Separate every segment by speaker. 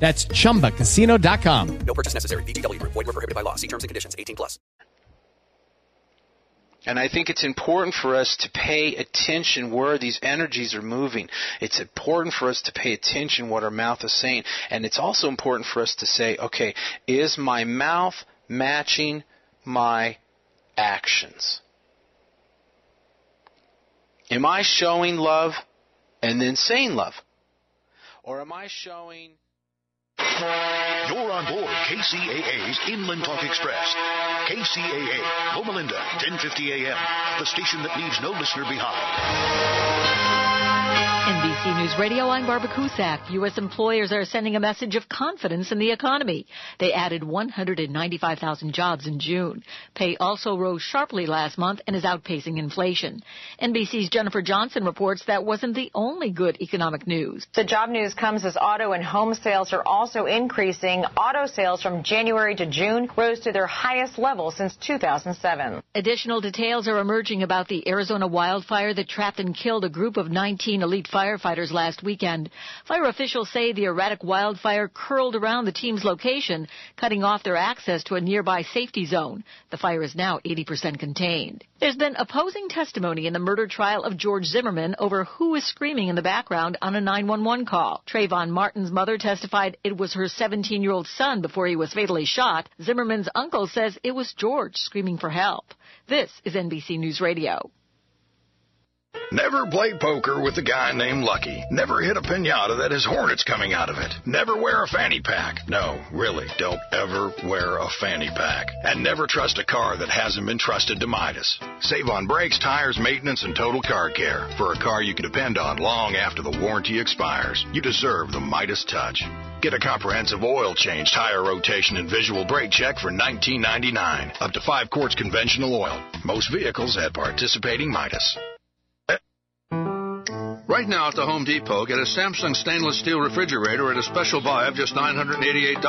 Speaker 1: That's chumbacasino.com.
Speaker 2: No purchase necessary. VGW Group. Void were prohibited by law. See terms and conditions. 18 plus.
Speaker 3: And I think it's important for us to pay attention where these energies are moving. It's important for us to pay attention what our mouth is saying. And it's also important for us to say, okay, is my mouth matching my actions? Am I showing love and then saying love? Or am I showing.
Speaker 4: You're on board KCAA's Inland Talk Express. KCAA, Loma Linda, 1050 AM, the station that leaves no listener behind.
Speaker 5: NBC News Radio, I'm Barbara Cusack. U.S. employers are sending a message of confidence in the economy. They added 195,000 jobs in June. Pay also rose sharply last month and is outpacing inflation. NBC's Jennifer Johnson reports that wasn't the only good economic news.
Speaker 6: The job news comes as auto and home sales are also increasing. Auto sales from January to June rose to their highest level since 2007.
Speaker 5: Additional details are emerging about the Arizona wildfire that trapped and killed a group of 19 elite firefighters last weekend. Fire officials say the erratic wildfire curled around the team's location, cutting off their access to a nearby safety zone. The fire is now 80% contained. There's been opposing testimony in the murder trial of George Zimmerman over who was screaming in the background on a 911 call. Trayvon Martin's mother testified it was her 17 year old son before he was fatally shot. Zimmerman's uncle says it was George screaming for help. This is NBC News Radio.
Speaker 4: Never play poker with a guy named Lucky. Never hit a pinata that has hornets coming out of it. Never wear a fanny pack. No, really, don't ever wear a fanny pack. And never trust a car that hasn't been trusted to Midas. Save on brakes, tires, maintenance, and total car care for a car you can depend on long after the warranty expires. You deserve the Midas touch. Get a comprehensive oil change, tire rotation, and visual brake check for $19.99. Up to five quarts conventional oil. Most vehicles at participating Midas.
Speaker 7: Right now at the Home Depot, get a Samsung stainless steel refrigerator at a special buy of just $988,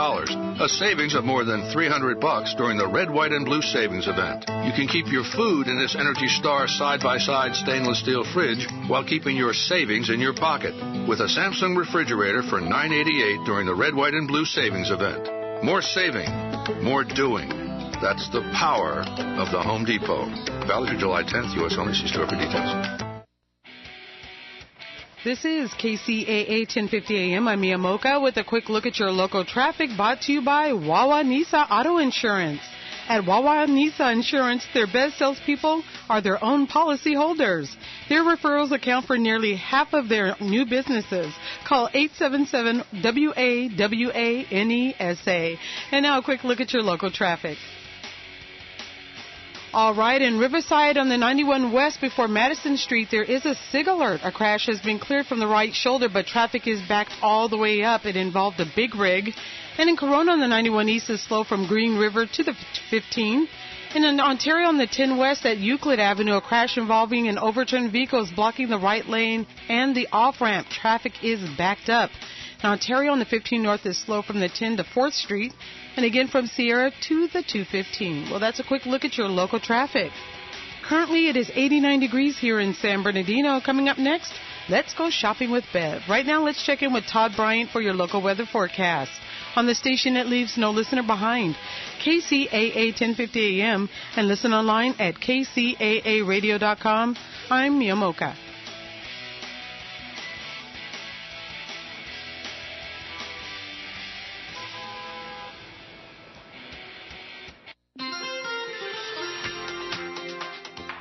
Speaker 7: a savings of more than 300 bucks during the red, white, and blue savings event. You can keep your food in this Energy Star side-by-side stainless steel fridge while keeping your savings in your pocket with a Samsung refrigerator for $988 during the red, white, and blue savings event. More saving, more doing. That's the power of the Home Depot. Valid through July 10th, U.S. only. See store for details.
Speaker 8: This is KCAA 1050 AM. I'm Mia Moka with a quick look at your local traffic brought to you by Wawa Nisa Auto Insurance. At Wawa Nisa Insurance, their best salespeople are their own policy holders. Their referrals account for nearly half of their new businesses. Call 877-WAWANESA. And now E a quick look at your local traffic. All right, in Riverside on the 91 West before Madison Street, there is a SIG alert. A crash has been cleared from the right shoulder, but traffic is backed all the way up. It involved a big rig. And in Corona on the 91 East is slow from Green River to the 15. And in Ontario on the 10 West at Euclid Avenue, a crash involving an overturned vehicle is blocking the right lane and the off ramp. Traffic is backed up. In Ontario on the 15 North is slow from the 10 to 4th Street and again from Sierra to the 215. Well, that's a quick look at your local traffic. Currently, it is 89 degrees here in San Bernardino. Coming up next, let's go shopping with Bev. Right now, let's check in with Todd Bryant for your local weather forecast. On the station that leaves no listener behind, KCAA 1050 AM, and listen online at kcaaradio.com. I'm Mia Moka.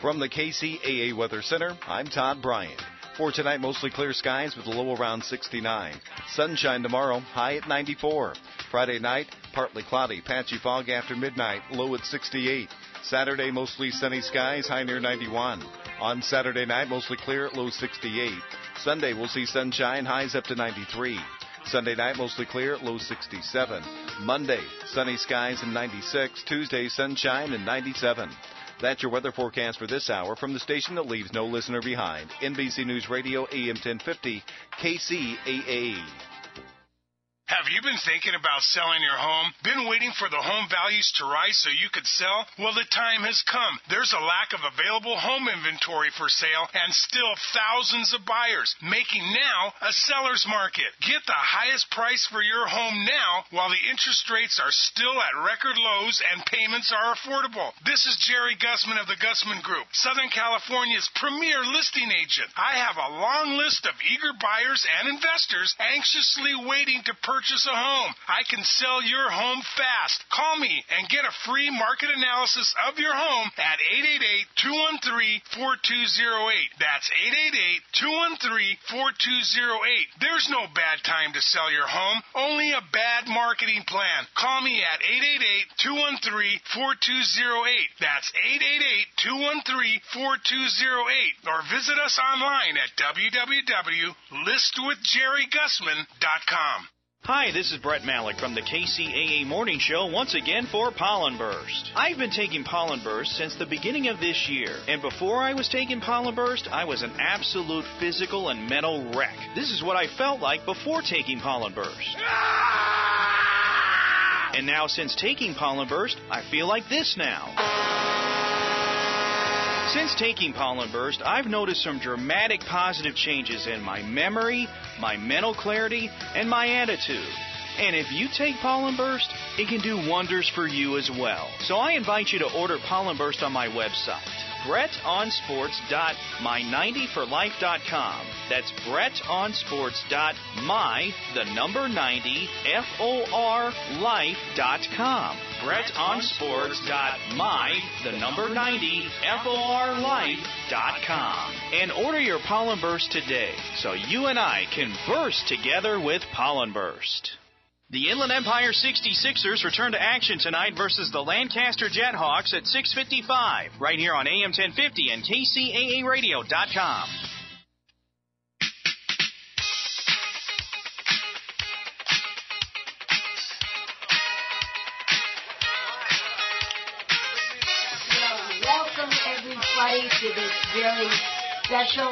Speaker 9: From the KCAA Weather Center, I'm Todd Bryant. For tonight, mostly clear skies with a low around 69. Sunshine tomorrow, high at 94. Friday night, partly cloudy, patchy fog after midnight, low at 68. Saturday, mostly sunny skies, high near 91. On Saturday night, mostly clear at low 68. Sunday, we'll see sunshine, highs up to 93. Sunday night, mostly clear at low 67. Monday, sunny skies and 96. Tuesday, sunshine and 97. That's your weather forecast for this hour from the station that leaves no listener behind. NBC News Radio, AM 1050, KCAA.
Speaker 10: Have you been thinking about selling your home? Been waiting for the home values to rise so you could sell? Well, the time has come. There's a lack of available home inventory for sale and still thousands of buyers, making now a seller's market. Get the highest price for your home now while the interest rates are still at record lows and payments are affordable. This is Jerry Gussman of the Gussman Group, Southern California's premier listing agent. I have a long list of eager buyers and investors anxiously waiting to purchase purchase a home. I can sell your home fast. Call me and get a free market analysis of your home at 888-213-4208. That's 888-213-4208. There's no bad time to sell your home, only a bad marketing plan. Call me at 888-213-4208. That's 888-213-4208 or visit us online at www.listwithjerrygussman.com.
Speaker 11: Hi, this is Brett Malik from the KCAA Morning Show once again for Pollen Burst. I've been taking Pollen Burst since the beginning of this year, and before I was taking Pollen Burst, I was an absolute physical and mental wreck. This is what I felt like before taking Pollen Burst. And now, since taking Pollen Burst, I feel like this now. Since taking Pollen Burst, I've noticed some dramatic positive changes in my memory, my mental clarity, and my attitude. And if you take Pollen Burst, it can do wonders for you as well. So I invite you to order Pollen Burst on my website, brettonsports.my90forlife.com. That's brettonsports.my, the number 90, F-O-R, life.com. brettonsports.my, the number 90, F-O-R, life.com. And order your Pollen Burst today so you and I can burst together with Pollen Burst. The Inland Empire 66ers return to action tonight versus the Lancaster Jethawks at 6:55 right here on AM 1050 and kcaaradio.com.
Speaker 12: Welcome everybody to this very special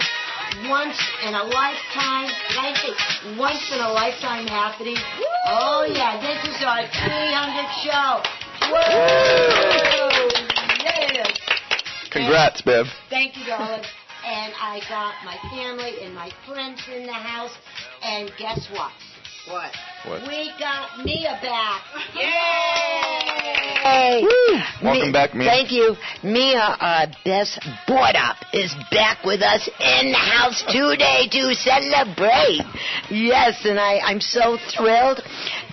Speaker 12: once in a lifetime. Did I say once in a lifetime happening? Oh yeah, this is our 300th show. Woo! Yeah.
Speaker 13: Congrats, Bev.
Speaker 12: Thank you, darling. And I got my family and my friends in the house. And guess what? What?
Speaker 13: What?
Speaker 12: We got Mia back.
Speaker 13: Yay! Woo! Welcome back, Mia.
Speaker 14: Thank you. Mia, our best board up, is back with us in the house today to celebrate. Yes, and I, I'm so thrilled.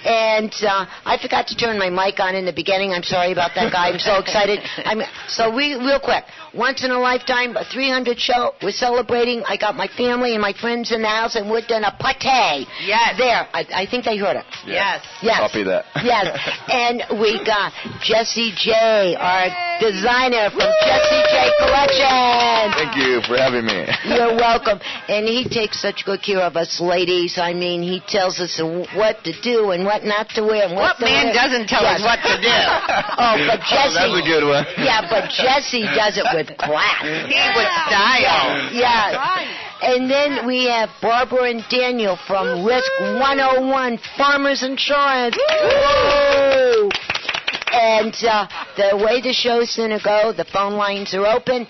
Speaker 14: And uh, I forgot to turn my mic on in the beginning. I'm sorry about that, guy. I'm so excited. I'm so we real quick. Once in a lifetime, a 300 show. We're celebrating. I got my family and my friends in the house, and we're gonna party. Yes. There. I, I think they heard it.
Speaker 13: Yes.
Speaker 14: Yes.
Speaker 13: Copy that.
Speaker 14: Yes. And we got Jesse J, our designer from Jesse J Collection.
Speaker 13: Thank you for having me.
Speaker 14: You're welcome. And he takes such good care of us ladies. I mean, he tells us what to do and what not to wear. And what
Speaker 15: What man doesn't tell us what to do?
Speaker 14: oh, but Jesse.
Speaker 13: that's a good one.
Speaker 14: Yeah, but Jesse does it with class.
Speaker 15: He would style.
Speaker 14: Yeah. yeah. And then we have Barbara and Daniel from Risk 101 Farmers Insurance. Woo! And uh, the way the show's going to go, the phone lines are open,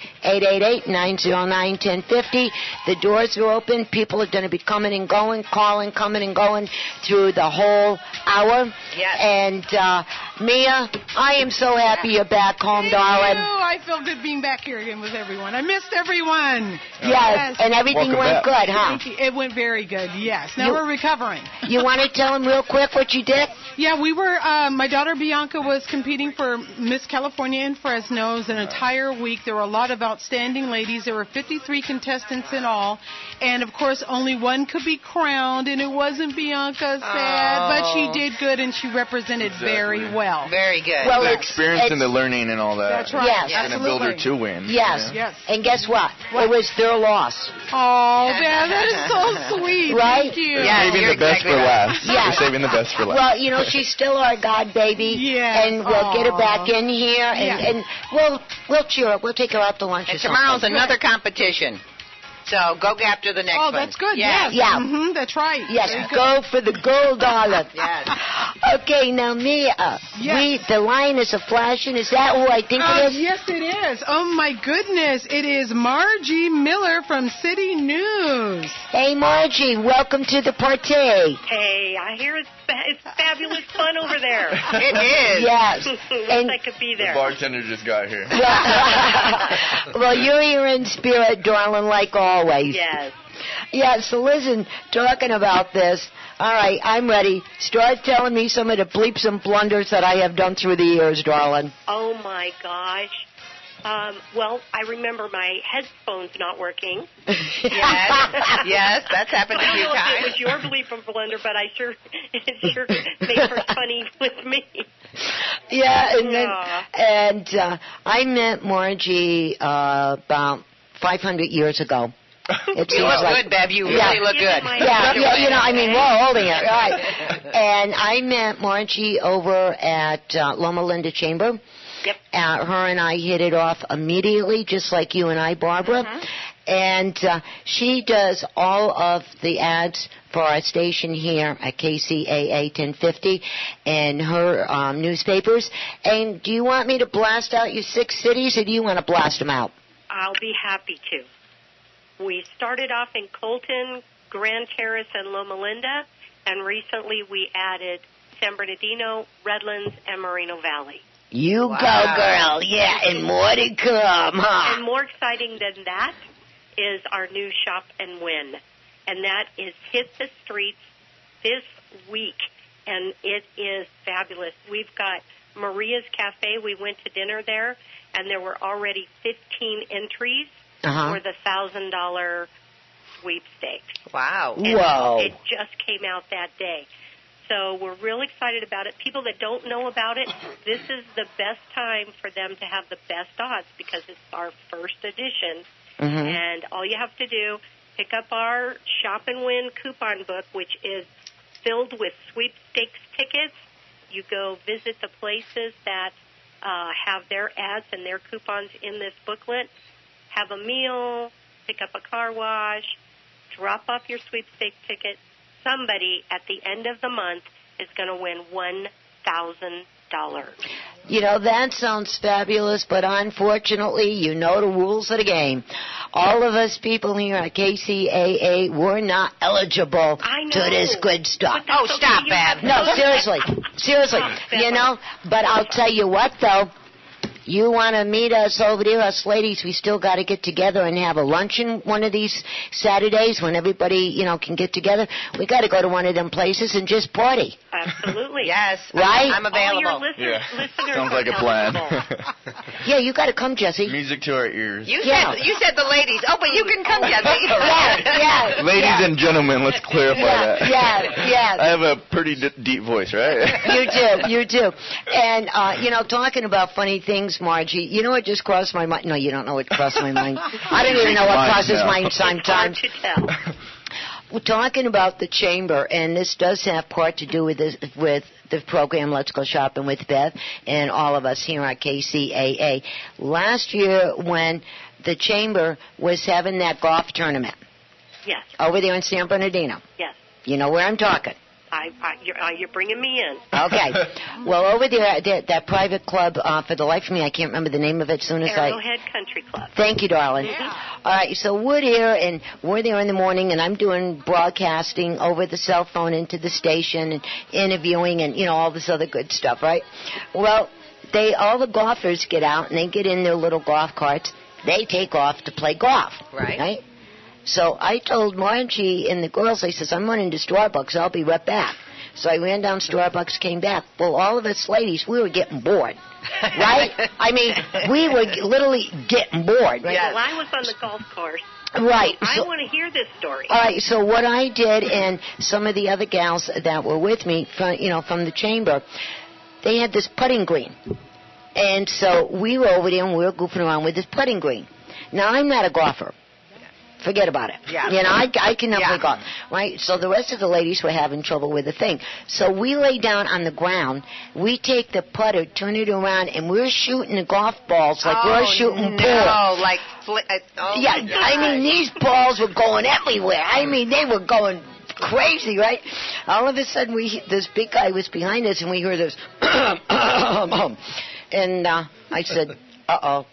Speaker 14: 888-909-1050. The doors are open. People are going to be coming and going, calling, coming and going through the whole hour.
Speaker 8: Yes.
Speaker 14: And, uh, Mia, I am so happy you're back home, darling.
Speaker 8: Ooh, I feel good being back here again with everyone. I missed everyone.
Speaker 14: Yes, and everything Welcome went back. good, huh?
Speaker 8: Thank you. It went very good, yes. Now
Speaker 14: You-
Speaker 8: we're recovering.
Speaker 14: You want to tell them real quick what you did?
Speaker 8: Yeah, we were. Uh, my daughter Bianca was competing for Miss California in Fresno. It was an entire week. There were a lot of outstanding ladies. There were 53 contestants in all, and of course, only one could be crowned, and it wasn't Bianca. Sad, but
Speaker 15: Oh.
Speaker 8: she did good, and she represented very
Speaker 15: Exactly.
Speaker 8: well.
Speaker 15: Very good.
Speaker 14: Well,
Speaker 13: the
Speaker 14: it's-
Speaker 13: experience and the
Speaker 14: it's-
Speaker 13: learning and all that.
Speaker 8: That's right.
Speaker 14: Yes,
Speaker 13: It's gonna build her to win.
Speaker 14: Yes.
Speaker 13: you know?
Speaker 14: And guess what? It was their loss.
Speaker 8: Oh, man, that is so sweet.
Speaker 14: Right?
Speaker 8: Thank you.
Speaker 13: saving the best for last.
Speaker 14: Yeah.
Speaker 13: You're saving the best for last.
Speaker 14: Well, you know, she's still our God baby.
Speaker 8: Yes.
Speaker 14: And we'll get her back in here and,
Speaker 15: Yeah.
Speaker 14: and we'll we'll cheer her. We'll take her out to lunch or
Speaker 15: And
Speaker 14: something.
Speaker 15: tomorrow's another competition. So go after the next
Speaker 14: Oh,
Speaker 15: one.
Speaker 14: that's good,
Speaker 15: Yeah.
Speaker 14: yes. Yeah.
Speaker 8: Mm-hmm, that's right.
Speaker 14: Yes,
Speaker 15: Very good.
Speaker 14: go for the gold dollar.
Speaker 15: Yes.
Speaker 14: Okay, now Mia, we the line is a flashing. Is that who I think
Speaker 8: Uh,
Speaker 14: it is?
Speaker 8: Yes, it is. Oh my goodness, it is Margie Miller from City News.
Speaker 14: Hey, Margie, welcome to the party.
Speaker 16: Hey, I hear it's, fa- it's fabulous fun over there.
Speaker 14: It is. Yes.
Speaker 16: Wish I could be
Speaker 13: The
Speaker 16: there.
Speaker 13: bartender just got here.
Speaker 14: Well, you're here in spirit, darling, like always.
Speaker 16: Yes.
Speaker 14: Yeah, so listen, talking about this, all right, I'm ready. Start telling me some of the bleeps and blunders that I have done through the years, darling.
Speaker 16: Oh my gosh. Um, well, I remember my headphones not working.
Speaker 15: Yes. Yes, that's happened
Speaker 16: I
Speaker 15: a
Speaker 16: don't
Speaker 15: few
Speaker 16: know
Speaker 15: times.
Speaker 16: if it was your belief in Blender, but I sure it sure made for funny with me.
Speaker 14: Yeah, and then,
Speaker 16: Yeah.
Speaker 14: and uh, I met Margie uh, about 500 years ago. It
Speaker 15: You
Speaker 14: seems
Speaker 15: look
Speaker 14: like-
Speaker 15: good, Bev. You
Speaker 14: Yeah.
Speaker 15: really look good.
Speaker 14: Yeah, yeah, you know, I mean, whoa, holding it, right. And I met Margie over at uh, Loma Linda Chamber.
Speaker 16: Yep.
Speaker 14: Uh, her and I hit it off immediately, just like you and I, Barbara.
Speaker 16: Mm-hmm.
Speaker 14: And uh, she does all of the ads for our station here at KCAA 1050 and her um, newspapers. And do you want me to blast out your six cities, or do you want to blast them out?
Speaker 16: I'll be happy to. We started off in Colton, Grand Terrace, and Loma Linda, and recently we added San Bernardino, Redlands, and Moreno Valley.
Speaker 14: You go, girl. Yeah, and more to come, huh?
Speaker 16: And more exciting than that is our new Shop and Win. And that is hit the streets this week. And it is fabulous. We've got Maria's Cafe. We went to dinner there, and there were already 15 entries
Speaker 14: Uh-huh.
Speaker 16: for the $1,000 sweepstakes.
Speaker 15: Wow.
Speaker 16: And
Speaker 14: Wow.
Speaker 16: It just came out that day. So we're real excited about it. People that don't know about it, this is the best time for them to have the best odds because it's our first edition.
Speaker 14: Mhm.
Speaker 16: And all you have to do, pick up our Shop and Win coupon book, which is filled with sweepstakes tickets. You go visit the places that uh, have their ads and their coupons in this booklet, have a meal, pick up a car wash, drop off your sweepstake ticket. Somebody at the end of the month is going to win one thousand dollars.
Speaker 14: You know, that sounds fabulous, but unfortunately, you know the rules of the game. All of us people here at KCAA, we're not eligible to this good stuff.
Speaker 15: Oh, stop, Bev.
Speaker 14: No, seriously. Seriously. You know, but I'll tell you what, though. You want to meet us over there, us ladies? We still got to get together and have a luncheon one of these Saturdays when everybody, you know, can get together. We got to go to one of them places and just party.
Speaker 16: Absolutely.
Speaker 15: yes.
Speaker 14: Right?
Speaker 15: I'm available.
Speaker 14: All your listen-
Speaker 13: yeah.
Speaker 16: listeners
Speaker 13: Sounds like a
Speaker 15: are
Speaker 13: plan.
Speaker 14: Yeah, you got to come, Jesse.
Speaker 13: Music to our ears.
Speaker 15: You
Speaker 14: Yeah.
Speaker 15: said you said the ladies. Oh, but you can come, Jesse.
Speaker 14: Yeah, yeah.
Speaker 13: Ladies and gentlemen, let's clarify
Speaker 14: Yeah,
Speaker 13: that.
Speaker 14: yeah, yeah.
Speaker 13: I have a pretty d- deep voice, right?
Speaker 14: you do, you do. And uh, you know, talking about funny things, Margie. You know what just crossed my mind? No, you don't know what crossed my mind. I don't even know what
Speaker 13: Mine
Speaker 14: crosses
Speaker 13: now.
Speaker 14: mine sometimes.
Speaker 16: It's hard to tell.
Speaker 14: We're talking about the chamber, and this does have part to do with this, with the program Let's Go Shopping with Beth and all of us here at KCAA. Last year, when the chamber was having that golf tournament
Speaker 16: Yes.
Speaker 14: over there in San Bernardino,
Speaker 16: Yes.
Speaker 14: you know where I'm talking.
Speaker 16: I, I you're, uh, you're bringing me in.
Speaker 14: Okay. well, over there, that, that private club, uh, for the life of me, I can't remember the name of it. As soon as I.
Speaker 16: Arrowhead Country Club.
Speaker 14: Thank you, darling. All right, so we're there, and we're there in the morning, and I'm doing broadcasting over the cell phone into the station, and interviewing, and you know all this other good stuff, right? Well, they all the golfers get out, and they get in their little golf carts. They take off to play golf,
Speaker 15: Right.
Speaker 14: Right. So I told Margie and the girls, I says, I'm running to Starbucks. I'll be right back. So I ran down to Starbucks, came back. Well, all of us ladies, we were getting bored, right? I mean, we were g- literally getting bored. Right?
Speaker 16: Well, I was on the golf course.
Speaker 14: Right.
Speaker 16: I
Speaker 14: So-
Speaker 16: want to hear this story.
Speaker 14: All right. So what I did, and some of the other gals that were with me, from you know, from the chamber, they had this putting green, and so we were over there and we were goofing around with this putting green. Now I'm not a golfer. Forget about it.
Speaker 12: Yeah.
Speaker 14: You know, I, I can never
Speaker 12: Yeah.
Speaker 14: play golf. Right? So the rest of the ladies were having trouble with the thing. So we lay down on the ground. We take the putter, turn it around, and we're shooting the golf balls like we're
Speaker 15: Oh,
Speaker 14: shooting
Speaker 15: no,
Speaker 14: pool.
Speaker 15: like fli- uh, oh
Speaker 14: Yeah,
Speaker 15: my God.
Speaker 14: I mean these balls were going everywhere. I mean they were going crazy, right? All of a sudden, we this big guy was behind us, and we heard this, and uh, I said, "Uh oh,"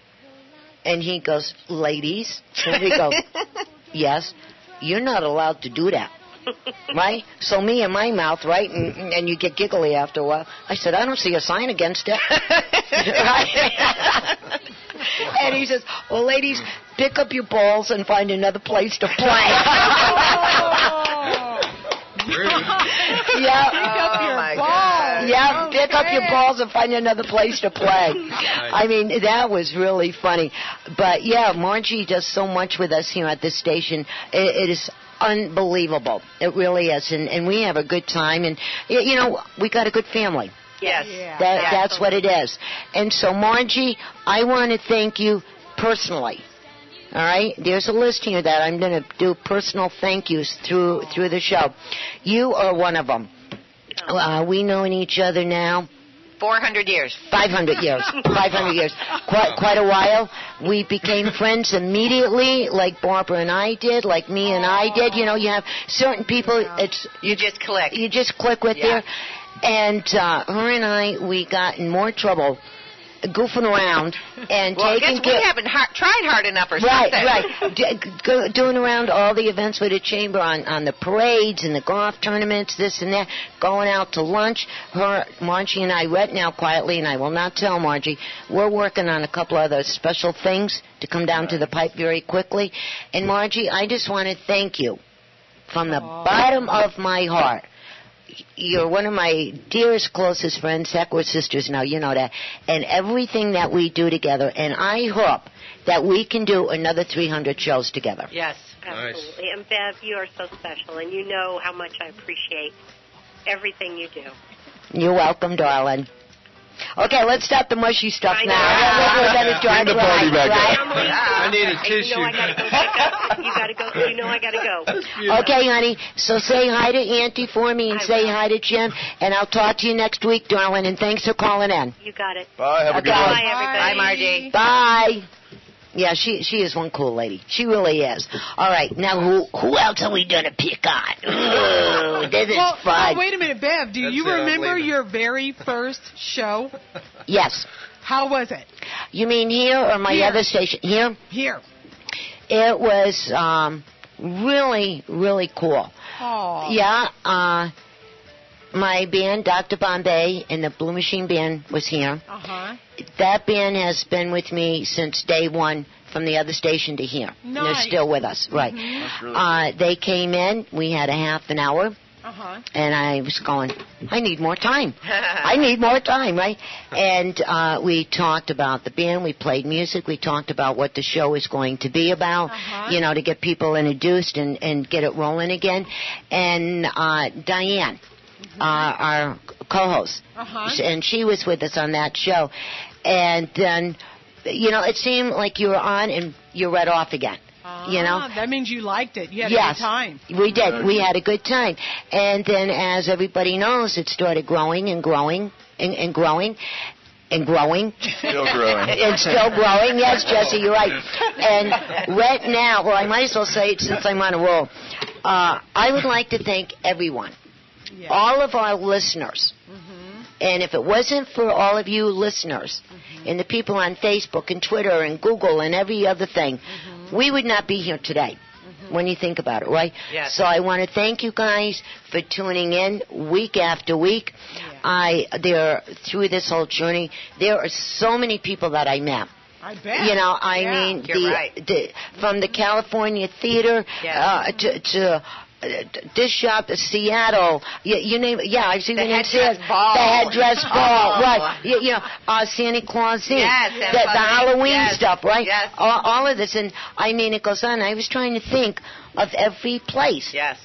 Speaker 14: and he goes, "Ladies," and we go, "Yes, you're not allowed to do that." Right? So me and my mouth, right? And, and you get giggly after a while. I said, I don't see a sign against it. Right? and he says, Well, ladies, pick up your balls and find another place to play. yeah.
Speaker 15: Oh,
Speaker 14: Pick up your balls. Yeah, pick up your balls and find another place to play. I mean, that was really funny. But yeah, Margie does so much with us here at this station. It, it is unbelievable. It really is, and, and we have a good time. And y- you know, we got a good family.
Speaker 15: Yes.
Speaker 14: That, that's what it is. And so, Margie, I want to thank you personally. All right, there's a list here that I'm going to do personal thank yous through through the show. You are one of them. Uh, we knowing each other now
Speaker 15: 400 years.
Speaker 14: 500 years, 500 years, quite quite a while. We became friends immediately, like Barbara and I did, like me and I did. You know, you have certain people. It's
Speaker 15: you just click.
Speaker 14: You just click with
Speaker 15: Yeah.
Speaker 14: there. And uh, her and I, we got in more trouble goofing around and
Speaker 15: Well, I
Speaker 14: taking
Speaker 15: guess
Speaker 14: care-
Speaker 15: we haven't har- tried hard enough or
Speaker 14: Right,
Speaker 15: something.
Speaker 14: right. D- go, doing around all the events with the chamber on, on the parades and the golf tournaments, this and that. Going out to lunch. Her, Margie and I, right now quietly, and I will not tell Margie, we're working on a couple other special things to come down to the pipe very quickly. And Margie, I just want to thank you from the bottom of my heart. You're one of my dearest, closest friends. Heck, we're sisters now, you know that. And everything that we do together, and I hope that we can do another 300 shows together.
Speaker 15: Yes.
Speaker 16: Absolutely. And Bev, you are so special, and you know how much I appreciate everything you do.
Speaker 14: You're welcome, darling. Okay, let's stop the mushy stuff now.
Speaker 12: Bring the party back up.
Speaker 14: I
Speaker 12: need a
Speaker 16: You know I gotta go pick up. You gotta go. You know I gotta go.
Speaker 14: Okay, honey. So say hi to Auntie for me and say hi to Jim, and I'll talk to you next week, darling. And thanks for calling in.
Speaker 16: You got it.
Speaker 14: Bye. Have a good
Speaker 15: Bye,
Speaker 14: one.
Speaker 15: everybody. Bye, Margie.
Speaker 14: Bye. Yeah, she she is one cool lady. She really is. All right, now who who else are we gonna pick on? Ooh, this is
Speaker 8: well,
Speaker 14: fun.
Speaker 8: well, wait a minute, Bev. Do
Speaker 14: That's
Speaker 8: you
Speaker 14: it, I'm
Speaker 8: remember
Speaker 14: leaving.
Speaker 8: your very first show?
Speaker 14: Yes.
Speaker 8: How was it?
Speaker 14: You mean here or my
Speaker 8: Here.
Speaker 14: other station? Here?
Speaker 8: Here.
Speaker 14: It was um, really, really cool.
Speaker 8: Oh.
Speaker 14: Yeah, uh, my band, Dr. Bombay, and the Blue Machine Band was here.
Speaker 8: Uh huh.
Speaker 14: That band has been with me since day one from the other station to here. And
Speaker 12: Nice.
Speaker 14: They're still with us, right.
Speaker 12: That's really
Speaker 14: uh, they came in, we had a half an hour.
Speaker 8: Uh-huh.
Speaker 14: And I was going, I need more time. I need more time, right? And uh, we talked about the band, we played music, we talked about what the show is going to be about,
Speaker 8: Uh-huh.
Speaker 14: you know, to get people introduced and, and get it rolling again. And uh, Diane,
Speaker 8: Mm-hmm.
Speaker 14: uh, our co host,
Speaker 12: Uh-huh.
Speaker 14: and she was with us on that show. And then, you know, it seemed like you were on and you read off again. You know,
Speaker 8: Ah, that means you liked it. You had a
Speaker 14: yes,
Speaker 8: good time.
Speaker 14: we did. We had a good time. And then, as everybody knows, it started growing and growing and, and growing and growing.
Speaker 12: Still growing.
Speaker 14: it's still growing. Yes, Jesse, you're right. And right now, well, I might as well say it since I'm on a roll. Uh, I would like to thank everyone, all of our listeners. And if it wasn't for all of you listeners and the people on Facebook and Twitter and Google and every other thing, we would not be here today when you think about it, right?
Speaker 12: Yes.
Speaker 14: So I want to thank you guys for tuning in week after week. I there through this whole journey, there are so many people that I met.
Speaker 8: I bet.
Speaker 14: You know, I
Speaker 8: Yeah.
Speaker 14: mean, the, the from the California theater uh, to, to uh, this shop, Seattle, you, you name it. Yeah, I've seen
Speaker 15: The
Speaker 14: it in
Speaker 15: headdress
Speaker 14: Seattle.
Speaker 15: ball.
Speaker 14: The headdress ball,
Speaker 15: Oh.
Speaker 14: right. You, you know, uh, Santa Claus Eve.
Speaker 15: Yes,
Speaker 14: the,
Speaker 15: and
Speaker 14: the
Speaker 15: Father-
Speaker 14: Halloween
Speaker 15: yes,
Speaker 14: stuff, right?
Speaker 15: yes.
Speaker 14: All, all of this. And I mean, it goes on. I was trying to think of every place.
Speaker 15: Yes.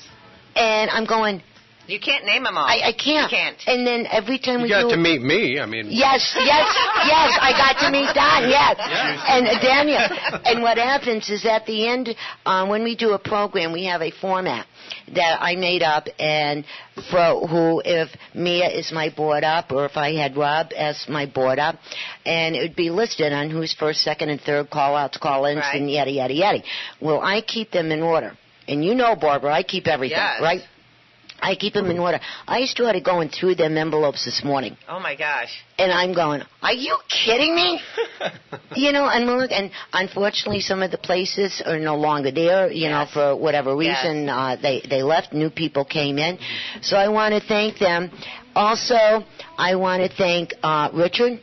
Speaker 14: And I'm going,
Speaker 15: You can't name them all.
Speaker 14: I, I can't.
Speaker 15: You can't.
Speaker 14: And then every time
Speaker 17: You
Speaker 14: we
Speaker 17: got
Speaker 14: do
Speaker 17: to meet me. I mean,
Speaker 14: Yes, yes, yes. I got to meet Don. Yes,
Speaker 17: Yes.
Speaker 14: and uh, Daniel. And what happens is at the end, um, when we do a program, we have a format that I made up, and for who if Mia is my board up, or if I had Rob as my board up, and it would be listed on who's first, second, and third call outs, call ins, and yada yada yada. Well, I keep them in order, and you know, Barbara, I keep everything
Speaker 15: Yes.
Speaker 14: right. I keep them in order. I started going through them envelopes this morning.
Speaker 15: Oh my gosh.
Speaker 14: And I'm going, are you kidding me? you know, and look, and unfortunately, some of the places are no longer there. You know, for whatever
Speaker 15: Yes.
Speaker 14: reason, uh, they they left. New people came in, so I want to thank them. Also, I want to thank uh, Richard.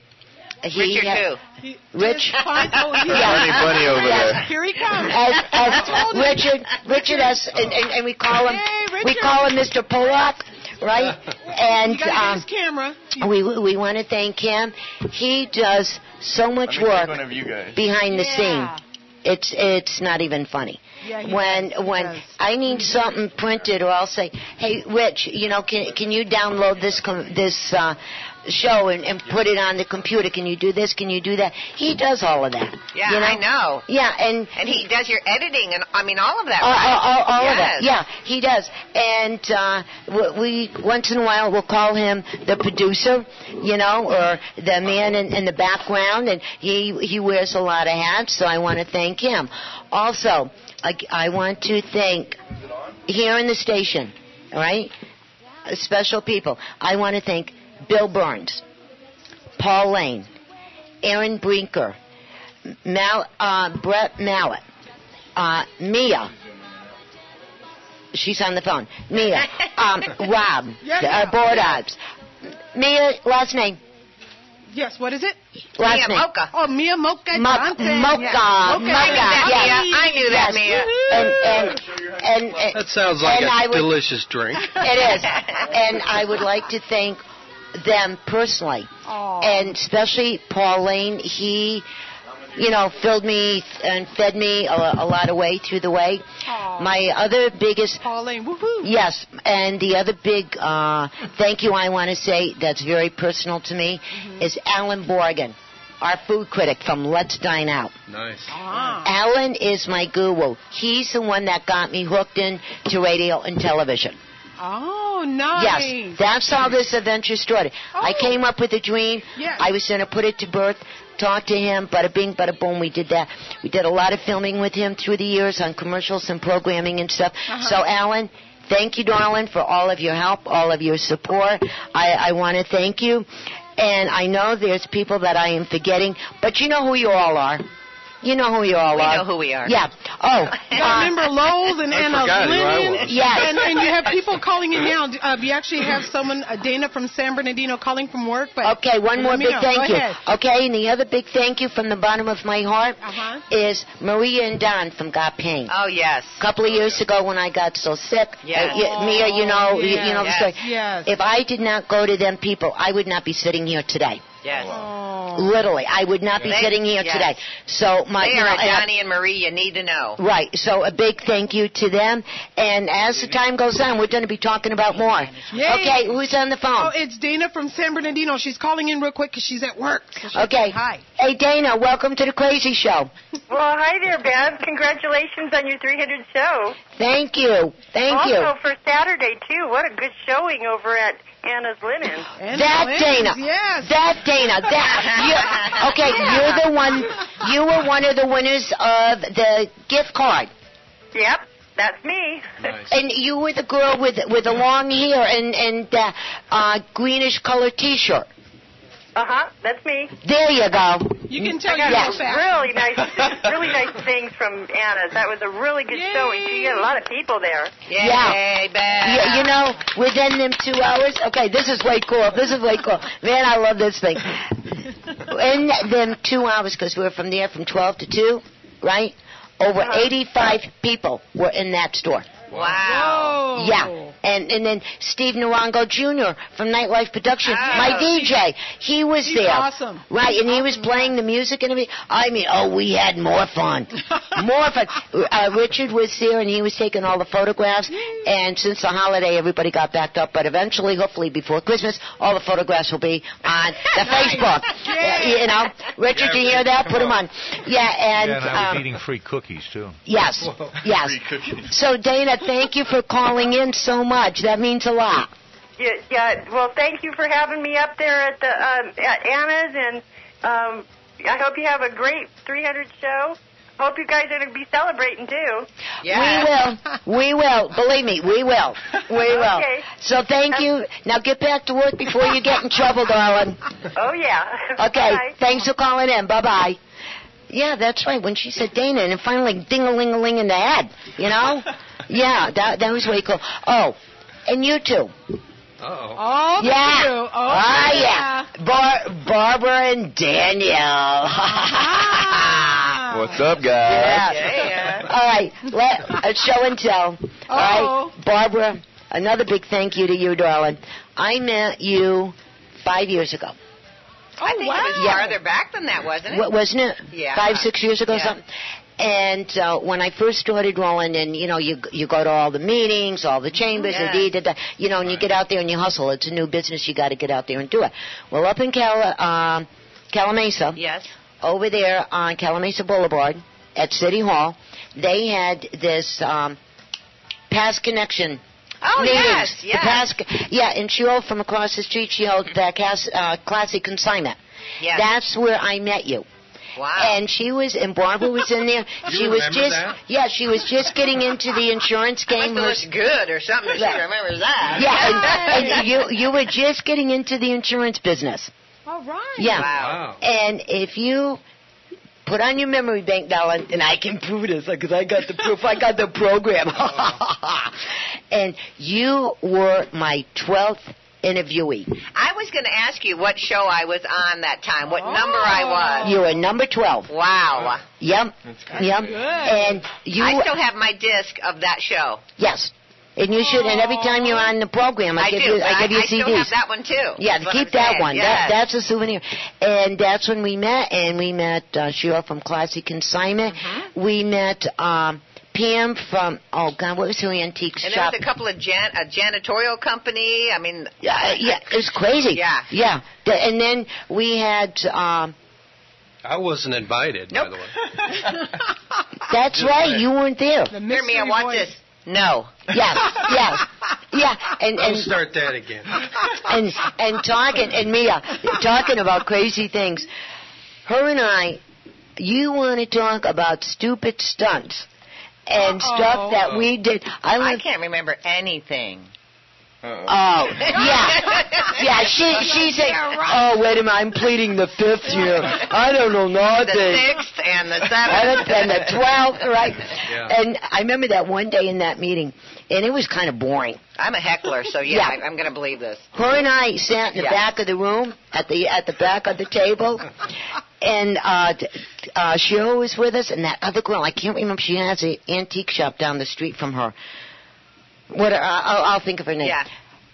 Speaker 14: He
Speaker 15: Richard
Speaker 14: ha-
Speaker 15: who?
Speaker 14: Rich.
Speaker 15: Fine. Oh, yeah.
Speaker 14: Yeah.
Speaker 15: Bernie Bunny over
Speaker 14: Yes.
Speaker 15: there. Here he comes.
Speaker 14: As, as
Speaker 15: I told you.
Speaker 14: Richard, Richard as, and, and, and we call him,
Speaker 8: Hey,
Speaker 14: we
Speaker 8: Richard.
Speaker 14: call him Mr. Pollock, right? And
Speaker 8: you gotta
Speaker 14: um,
Speaker 8: get his camera.
Speaker 14: we we want to thank him. He does so much work
Speaker 13: one of you guys.
Speaker 14: behind the
Speaker 13: Yeah.
Speaker 14: scene. It's it's not even funny.
Speaker 13: Yeah, he
Speaker 14: when when I need something printed, or I'll say, "Hey, Rich, you know, can can you download this com- this uh, show and, and put it on the computer? Can you do this? Can you do that?" He does all of that.
Speaker 15: Yeah,
Speaker 14: you know?
Speaker 15: I know.
Speaker 14: Yeah, and
Speaker 15: And he does your editing and I mean all of that.
Speaker 14: all,
Speaker 15: right?
Speaker 14: all, all, Oh, all
Speaker 15: yes.
Speaker 14: of that. Yeah, he does. And uh, we, we once in a while we'll call him the producer, you know, or the man in, in the background, and he he wears a lot of hats. So I want to thank him. Also, I, I want to thank here in the station, all right, special people. I want to thank Bill Burns, Paul Lane, Aaron Brinker, Mal, uh, Brett Mallett, uh, Mia. She's on the phone. Mia, um, Rob,
Speaker 8: Yeah,
Speaker 14: the,
Speaker 8: yeah.
Speaker 14: uh, board ops. Mia, last name.
Speaker 8: Yes, what is it?
Speaker 14: Last Mia name. Mocha.
Speaker 8: Oh, Mia Mocha
Speaker 14: Mo-
Speaker 8: Johnson.
Speaker 14: Mocha.
Speaker 8: Yeah.
Speaker 14: Mocha. Yeah. Yes. And, and, and,
Speaker 17: that sounds like
Speaker 14: and
Speaker 17: a
Speaker 14: I would-
Speaker 17: delicious drink.
Speaker 14: It is. And I would like to thank them personally. And especially Pauline. He, you know, filled me and fed me a, a lot of way through the way. My other biggest.
Speaker 8: Pauline, woohoo.
Speaker 14: Yes. And the other big uh, thank you I want to say that's very personal to me
Speaker 8: Mm-hmm.
Speaker 14: is Alan Borgen, our food critic from Let's Dine Out.
Speaker 17: Nice.
Speaker 15: Ah.
Speaker 14: Alan is my guru. He's the one that got me hooked in to radio and television.
Speaker 8: Oh, nice. Oh.
Speaker 14: Yes, that's how this adventure started. I came up with a dream.
Speaker 8: Yes.
Speaker 14: I was going to put it to birth, talk to him, bada bing, bada boom. We did that. We did a lot of filming with him through the years on commercials and programming and stuff.
Speaker 8: Uh-huh.
Speaker 14: So, Alan, thank you, darling, for all of your help, all of your support. I, I want to thank you. And I know there's people that I am forgetting, but you know who you all are. You know who you all
Speaker 15: We
Speaker 14: are.
Speaker 15: know who we are.
Speaker 14: Yeah. Oh.
Speaker 8: I remember Lowe's and
Speaker 15: I
Speaker 8: Anna
Speaker 15: forgot who I
Speaker 8: Linen.
Speaker 15: was. Yes.
Speaker 8: And, and you have people calling in now. Uh, we actually have someone, uh, Dana from San Bernardino, calling from work. But
Speaker 14: Okay, one more
Speaker 8: let me
Speaker 14: big
Speaker 8: know.
Speaker 14: thank
Speaker 8: Go
Speaker 14: you.
Speaker 8: ahead.
Speaker 14: Okay, and the other big thank you from the bottom of my heart is Maria and Don from Got Pain.
Speaker 15: Uh-huh. Oh yes.
Speaker 14: A couple of years ago when I got so sick,
Speaker 15: Yes.
Speaker 14: uh, you- Mia, you know, you, you
Speaker 15: yes.
Speaker 14: know the story.
Speaker 15: Yes.
Speaker 14: If I did not go to them people, I would not be sitting here today.
Speaker 15: Yes.
Speaker 8: Oh.
Speaker 14: Literally, I would not be
Speaker 15: Oh. They-
Speaker 14: sitting here
Speaker 15: yes.
Speaker 14: today. So my
Speaker 15: they
Speaker 14: you know,
Speaker 15: are
Speaker 14: and I-
Speaker 15: Donnie and Marie. You need to know.
Speaker 14: Right. So a big thank you to them. And as the time goes on, we're going to be talking about more.
Speaker 8: Yay.
Speaker 14: Okay, who's on the phone?
Speaker 8: Oh, it's Dana from San Bernardino. She's calling in real quick because she's at work. So she's
Speaker 14: okay.
Speaker 8: saying Hi.
Speaker 14: Hey, Dana, welcome to the Crazy Show.
Speaker 18: Well, hi there, Bev. Congratulations on your 300 show.
Speaker 14: Thank you. Thank
Speaker 18: also
Speaker 14: you.
Speaker 18: Also for Saturday too. What a good showing over at Anna's Linen.
Speaker 14: that Dana. That Dana. That you, okay, you're the one you were one of the winners of the gift card.
Speaker 18: Yep, that's me.
Speaker 14: And you were the girl with with the long hair and and uh, uh, greenish colored t-shirt.
Speaker 18: Uh huh. That's me.
Speaker 14: There you go.
Speaker 8: You can
Speaker 18: I got
Speaker 14: yes.
Speaker 18: some really nice, really nice things from Anna's. That was a really good showing. She had a lot of people there.
Speaker 14: Yeah. Yeah, you know, within them two hours. Okay, this is way cool. This is way cool. Man, I love this thing. In them two hours, because we were from there from 12 to 2, right? Over 85 people were in that store.
Speaker 15: Wow.
Speaker 14: Yeah. And and then Steve Narango Jr. from Nightlife Production,
Speaker 15: Oh.
Speaker 14: my DJ, he was
Speaker 15: He's
Speaker 14: there.
Speaker 15: awesome.
Speaker 14: Right, and he was playing the music and everything. I mean, oh, we had more fun, more fun. Uh, Richard was there and he was taking all the photographs. And since the holiday, everybody got backed up, but eventually, hopefully before Christmas, all the photographs will be on the Facebook. Uh, you know, Richard,
Speaker 17: Yeah,
Speaker 14: you hear
Speaker 17: Richard,
Speaker 14: that?
Speaker 17: come
Speaker 14: Put them on.
Speaker 17: on.
Speaker 14: Yeah,
Speaker 17: yeah,
Speaker 14: and.
Speaker 17: and I was
Speaker 14: um,
Speaker 17: eating free cookies too.
Speaker 14: Yes, yes. So Dana, thank you for calling in so much. That means a lot.
Speaker 18: Yeah, yeah. Well, thank you for having me up there at the um, at Anna's, and um, I hope you have a great 300 show. Hope you guys are going to be celebrating too.
Speaker 14: We will. We will. Believe me, we will. We will.
Speaker 18: Okay.
Speaker 14: So thank you. Now get back to work before you get in trouble, darling.
Speaker 18: Oh yeah.
Speaker 14: Okay.
Speaker 18: Bye.
Speaker 14: Thanks for calling in. Bye bye. Yeah, that's right. When she said Dana, and it finally ding a ling a ling in the head, you know? yeah, that that was way cool. Oh, and you
Speaker 8: Oh,
Speaker 14: too.
Speaker 8: look
Speaker 14: yeah.
Speaker 8: at you. Oh,
Speaker 14: Ah,
Speaker 8: yeah.
Speaker 14: yeah. Ah. Bar- Barbara and Danielle.
Speaker 13: What's up, guys?
Speaker 14: Yeah. All right. Let, uh, show and tell. All right. Barbara, another big thank you to you, darling. I met you five years ago.
Speaker 15: I think it was
Speaker 14: wow.
Speaker 15: farther back than that, wasn't it?
Speaker 14: Wa- Wasn't it?
Speaker 15: Yeah.
Speaker 14: Five, six years ago,
Speaker 15: Yeah.
Speaker 14: something. And uh, when I first started rolling, and you know, you you go to all the meetings, all the chambers,
Speaker 15: Yeah.
Speaker 14: and dee, da, da, you know, and you get out there and you hustle. It's a new business. You got to get out there and do it. Well, up in Cal, um, Calamasa,
Speaker 15: Yes.
Speaker 14: over there on Calamasa Boulevard at City Hall, they had this um, past connection.
Speaker 15: Oh,
Speaker 14: meetings.
Speaker 15: yes,
Speaker 14: The
Speaker 15: yes.
Speaker 14: Past, yeah, and she held from across the street. She held the cas- uh, classic consignment.
Speaker 15: Yes.
Speaker 14: That's where I met you.
Speaker 15: Wow.
Speaker 14: And she was, and Barbara was in there.
Speaker 15: You
Speaker 14: she was
Speaker 15: remember
Speaker 14: just,
Speaker 15: that?
Speaker 14: yeah, she was just getting into the insurance
Speaker 15: Must
Speaker 14: game.
Speaker 15: have
Speaker 14: Her-
Speaker 15: looked good or something. if She
Speaker 14: Yeah.
Speaker 15: remembers that.
Speaker 14: Yeah, and, and you you were just getting into the insurance business.
Speaker 15: All right.
Speaker 14: Yeah.
Speaker 15: Wow.
Speaker 14: And if you put on your memory bank, darling, and I can prove this because I got the proof. I got the program. and you were my 12th interviewee.
Speaker 15: I was going to ask you what show I was on that time, what number I was.
Speaker 14: You were number 12.
Speaker 15: Wow.
Speaker 14: Yep. Yep. And you.
Speaker 15: I still have my disc of that show.
Speaker 14: Yes. And you should. And every time you're on the program, I,
Speaker 15: I
Speaker 14: give
Speaker 15: do,
Speaker 14: you
Speaker 15: but
Speaker 14: I give you
Speaker 15: I
Speaker 14: CDs.
Speaker 15: still have that one, too.
Speaker 14: Yeah,
Speaker 15: That's what
Speaker 14: keep
Speaker 15: I'm
Speaker 14: that
Speaker 15: saying,
Speaker 14: one.
Speaker 15: yes.
Speaker 14: That, that's a souvenir. And that's when we met, and we met uh, Sheila from Classic Consignment.
Speaker 15: Mm-hmm.
Speaker 14: We met um, Pam from, oh, God, what was her antique
Speaker 15: And there
Speaker 14: shop?
Speaker 15: was a couple of jan- a janitorial company. I mean,
Speaker 14: yeah, Uh, yeah, it was crazy.
Speaker 15: Yeah.
Speaker 14: Yeah. The- and then we had, um,
Speaker 19: I wasn't invited, by the way.
Speaker 14: that's right, you weren't there.
Speaker 15: Hear me, I want this. No.
Speaker 14: Yes, yes. Yeah, and,
Speaker 19: Don't
Speaker 14: and
Speaker 19: start that again.
Speaker 14: and and talking and Mia talking about crazy things. Her and I, you want to talk about stupid stunts and stuff that we did. I,
Speaker 15: I
Speaker 14: went,
Speaker 15: can't remember anything.
Speaker 14: Oh yeah, yeah. She she said, "Oh wait a minute, I'm pleading the fifth year. I don't know
Speaker 15: The
Speaker 14: nothing."
Speaker 15: sixth and the
Speaker 14: seventh
Speaker 15: seventh.
Speaker 14: and the twelfth, right?
Speaker 15: Yeah.
Speaker 14: And I remember that one day in that meeting, and it was kind of boring.
Speaker 15: I'm a heckler, so yeah,
Speaker 14: Yeah.
Speaker 15: I, I'm going to believe this.
Speaker 14: Her and I sat in the
Speaker 15: Yeah.
Speaker 14: back of the room at the at the back of the table, and uh, t- uh, Cheryl was with us, and that other girl I can't remember. She has an antique shop down the street from her. What uh, I'll, I'll think of her name. Yeah.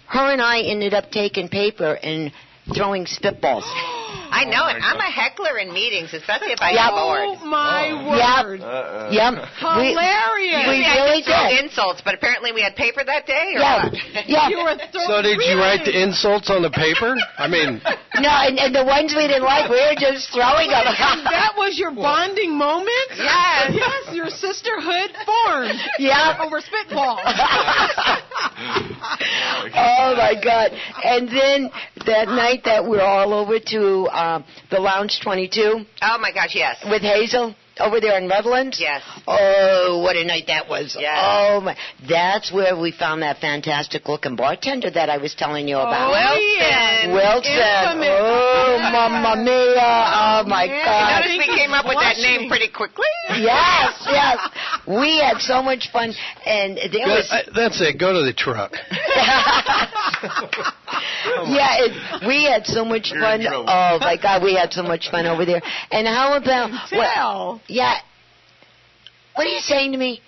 Speaker 14: Her and I ended up taking paper and throwing spitballs.
Speaker 15: I know
Speaker 19: Oh,
Speaker 15: it. I'm a heckler in meetings, especially if I
Speaker 14: Yep.
Speaker 15: get bored.
Speaker 14: Oh, my Yep. word.
Speaker 19: Uh-uh.
Speaker 14: Yep. We- Hilarious. we
Speaker 15: Usually I
Speaker 14: really
Speaker 15: just throw
Speaker 14: did.
Speaker 15: insults, but apparently we had paper that day, or
Speaker 14: Yeah.
Speaker 15: what?
Speaker 14: Yeah. You were
Speaker 19: So did you write the insults on the paper? I mean,
Speaker 14: No, and, and the ones we didn't like, we were just throwing them.
Speaker 8: And that was your bonding moment?
Speaker 15: Yes.
Speaker 8: Yes, your sisterhood formed.
Speaker 14: Yeah.
Speaker 8: Over spitball.
Speaker 14: Oh my God! And then that night that we're all over to um, the Lounge 22
Speaker 15: Oh my gosh, yes.
Speaker 14: with Hazel over there in Redlands.
Speaker 15: Yes.
Speaker 14: Oh, what a night that was!
Speaker 15: Yes.
Speaker 14: Oh my! That's where we found that fantastic looking bartender that I was telling you
Speaker 15: Oh,
Speaker 14: about.
Speaker 15: Wilson.
Speaker 14: Wilson. Oh, mamma mia! Oh my God!
Speaker 15: You notice we came up with that name pretty quickly.
Speaker 14: Yes, yes. We had so much fun, and there
Speaker 19: go-
Speaker 14: was
Speaker 19: I- that's it. Go to the truck.
Speaker 14: yeah, it, we had so much fun. Oh my God, we had so much fun over there. And how about well, yeah? What are you saying to me?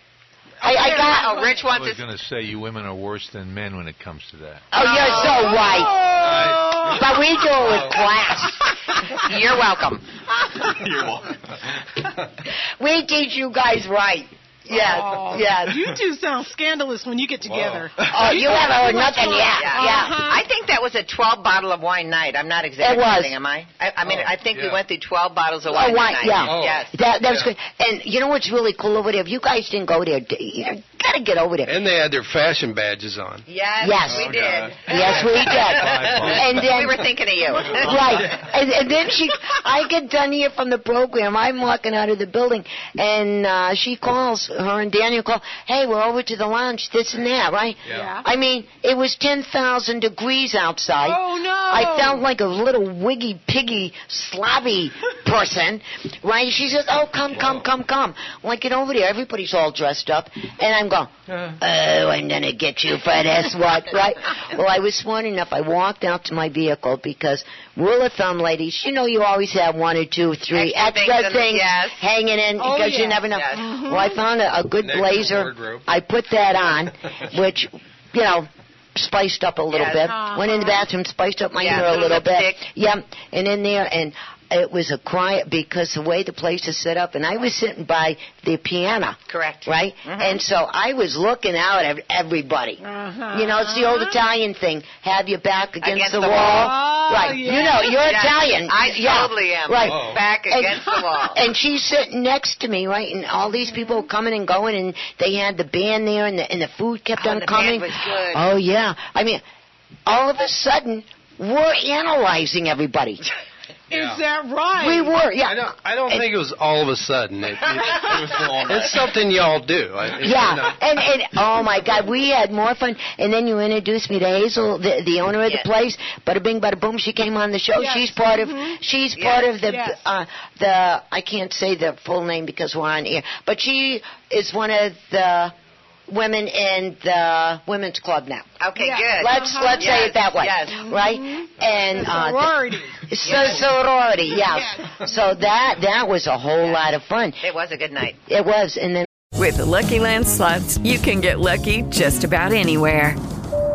Speaker 14: I, I got
Speaker 15: Oh, Rich wants
Speaker 17: I was going to say you women are worse than men when it comes to that.
Speaker 14: Oh, you're so right. But we do it with class.
Speaker 15: You're welcome.
Speaker 17: You're welcome.
Speaker 14: We teach you guys right. Yes,
Speaker 8: Oh,
Speaker 14: yes.
Speaker 8: You two sound scandalous when you get together.
Speaker 14: Oh, you
Speaker 8: two have
Speaker 14: haven't heard
Speaker 8: too much
Speaker 14: nothing
Speaker 8: fun.
Speaker 14: yet. Yeah.
Speaker 8: Uh-huh.
Speaker 15: I think that was a 12 bottle of wine night. I'm not
Speaker 14: was.
Speaker 15: exaggerating, am I? I, I mean, I think we went through 12 bottles of wine.
Speaker 14: Oh, why?
Speaker 15: Night.
Speaker 14: Yeah.
Speaker 15: Yes.
Speaker 14: That, that was good. And you know what's really cool over there? If you guys didn't go there, d- you gotta get over there.
Speaker 19: And they had their fashion badges on.
Speaker 15: Yes,
Speaker 14: Yes.
Speaker 15: we
Speaker 14: Oh,
Speaker 15: did.
Speaker 14: Yes, we did. and then
Speaker 15: we were thinking of you.
Speaker 14: right. And, and then she, I get done here from the program. I'm walking out of the building, and uh, she calls. Her and Daniel call. Hey, we're over to the lounge. This and that, right?
Speaker 12: Yeah. Yeah.
Speaker 14: I mean, it was ten thousand degrees outside.
Speaker 12: Oh, no.
Speaker 14: I felt like a little wiggy piggy slobby person, right? She says, "Oh, come, come, come, come." When I get over there, everybody's all dressed up, and I'm going.
Speaker 15: Uh-huh.
Speaker 14: Oh, I'm gonna get you for this what, right? Well, I was smart enough. I walked out to my vehicle because rule of thumb, ladies, you know you always have one or two, three
Speaker 15: Extra
Speaker 14: extra,
Speaker 15: things in the-
Speaker 14: things
Speaker 15: yes.
Speaker 14: hanging in
Speaker 15: Oh,
Speaker 14: because you
Speaker 15: yes,
Speaker 14: never know.
Speaker 15: yes.
Speaker 14: Well, I found a, a good
Speaker 15: An extra
Speaker 14: blazer.
Speaker 15: wardrobe.
Speaker 14: I put that on, which you know. Spiced up a little
Speaker 15: Yes. Uh-huh.
Speaker 14: bit. Went in the bathroom, spiced up my
Speaker 15: Yeah,
Speaker 14: hair a
Speaker 15: little
Speaker 14: little bit.
Speaker 15: lipstick.
Speaker 14: Yeah, and in there, and it was a quiet because the way the place is set up, and I was sitting by the piano.
Speaker 15: Correct. Mm-hmm.
Speaker 14: Right? And so I was looking out at everybody.
Speaker 8: Uh-huh.
Speaker 14: You know, it's the old Italian thing. Have your back against,
Speaker 15: Against
Speaker 14: the,
Speaker 15: the
Speaker 14: wall.
Speaker 15: wall. Oh,
Speaker 14: right. You know, you're
Speaker 15: yes.
Speaker 14: Italian.
Speaker 15: I
Speaker 14: Yeah.
Speaker 15: totally am.
Speaker 14: Right.
Speaker 15: Oh. Back against the wall.
Speaker 14: And she's sitting next to me, right? And all these people were coming and going, and they had the band there, and the, and the food kept on
Speaker 15: Oh, the
Speaker 14: coming.
Speaker 15: band was good.
Speaker 14: Oh, yeah. I mean, all of a sudden, we're analyzing everybody.
Speaker 8: Is that right?
Speaker 14: We were, yeah.
Speaker 19: I don't, I don't think it was all of a sudden. It, it, it's something y'all do. I, it's
Speaker 14: Yeah,
Speaker 19: not-
Speaker 14: and, and oh my God, we had more fun. And then you introduced me to Hazel, the, the owner of the
Speaker 15: Yes.
Speaker 14: place. Bada bing, bada boom. She came on the show.
Speaker 15: Yes,
Speaker 14: She's part
Speaker 15: mhm.
Speaker 14: of. She's
Speaker 15: Yes,
Speaker 14: part of the
Speaker 15: yes.
Speaker 14: uh, the. I can't say the full name because we're on air. But she is one of the women in the women's club now.
Speaker 15: Okay, good.
Speaker 14: Let's
Speaker 15: Uh-huh.
Speaker 14: let's say it that way.
Speaker 15: Yes. Mm-hmm.
Speaker 14: Right. And uh, the-
Speaker 15: sorority.
Speaker 14: So sorority. Yes. So that that was a whole lot of fun.
Speaker 15: It was a good night.
Speaker 14: It was, and then.
Speaker 20: With the Lucky Land slots, you can get lucky just about anywhere.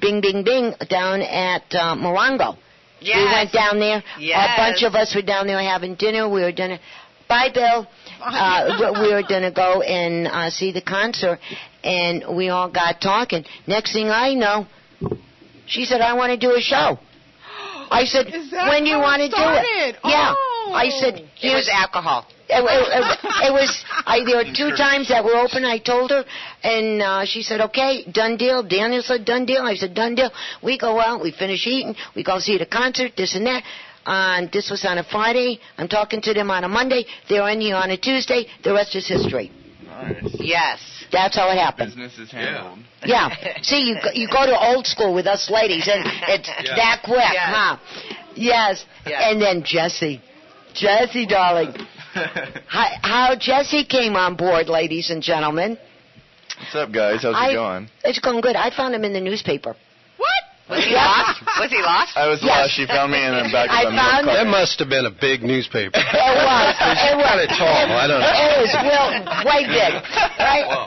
Speaker 14: bing, bing, bing, down at uh, Morongo. We
Speaker 20: Yes.
Speaker 14: went down there.
Speaker 20: Yes.
Speaker 14: A bunch of us were down there having dinner. We were gonna. Bye, Bill. Uh, we- we were gonna go and uh, see the concert, and we all got talking. Next thing I know, she said, "I want to do a show." I said,
Speaker 12: that
Speaker 14: "When do you
Speaker 12: how it
Speaker 14: want to do it?"
Speaker 12: started?
Speaker 14: Yeah.
Speaker 12: Oh.
Speaker 14: I said,
Speaker 15: It was
Speaker 14: "Here's-
Speaker 15: alcohol.
Speaker 14: it, it- it was. I, there were two
Speaker 15: Encourage.
Speaker 14: times that were open. I told her, and uh, she said, "Okay, done deal." Daniel said, "Done deal." I said, "Done deal." We go out. We finish eating. We go see the concert. This and that. On this was on a Friday. I'm talking to them on a Monday. They're in here on a Tuesday. The rest is history.
Speaker 15: Yes.
Speaker 14: That's how it happened.
Speaker 21: Business is handled.
Speaker 14: Yeah. See, you go, you go to old school with us ladies, and it's
Speaker 21: Yeah.
Speaker 14: that quick,
Speaker 21: Yes.
Speaker 14: huh? Yes. And then Jesse, Jesse, darling, how, how Jesse came on board, ladies and gentlemen.
Speaker 13: What's up, guys? How's
Speaker 14: I-
Speaker 13: it going?
Speaker 14: It's going good. I found him in the newspaper.
Speaker 15: Was he lost? Was he lost?
Speaker 13: I was lost. She found me, and I'm back.
Speaker 14: I
Speaker 13: on the
Speaker 14: found-
Speaker 13: car.
Speaker 19: That must have been a big newspaper.
Speaker 14: It was.
Speaker 15: Oh,
Speaker 14: It was
Speaker 19: kind of tall. I don't know.
Speaker 14: It was well, way big, right? Well,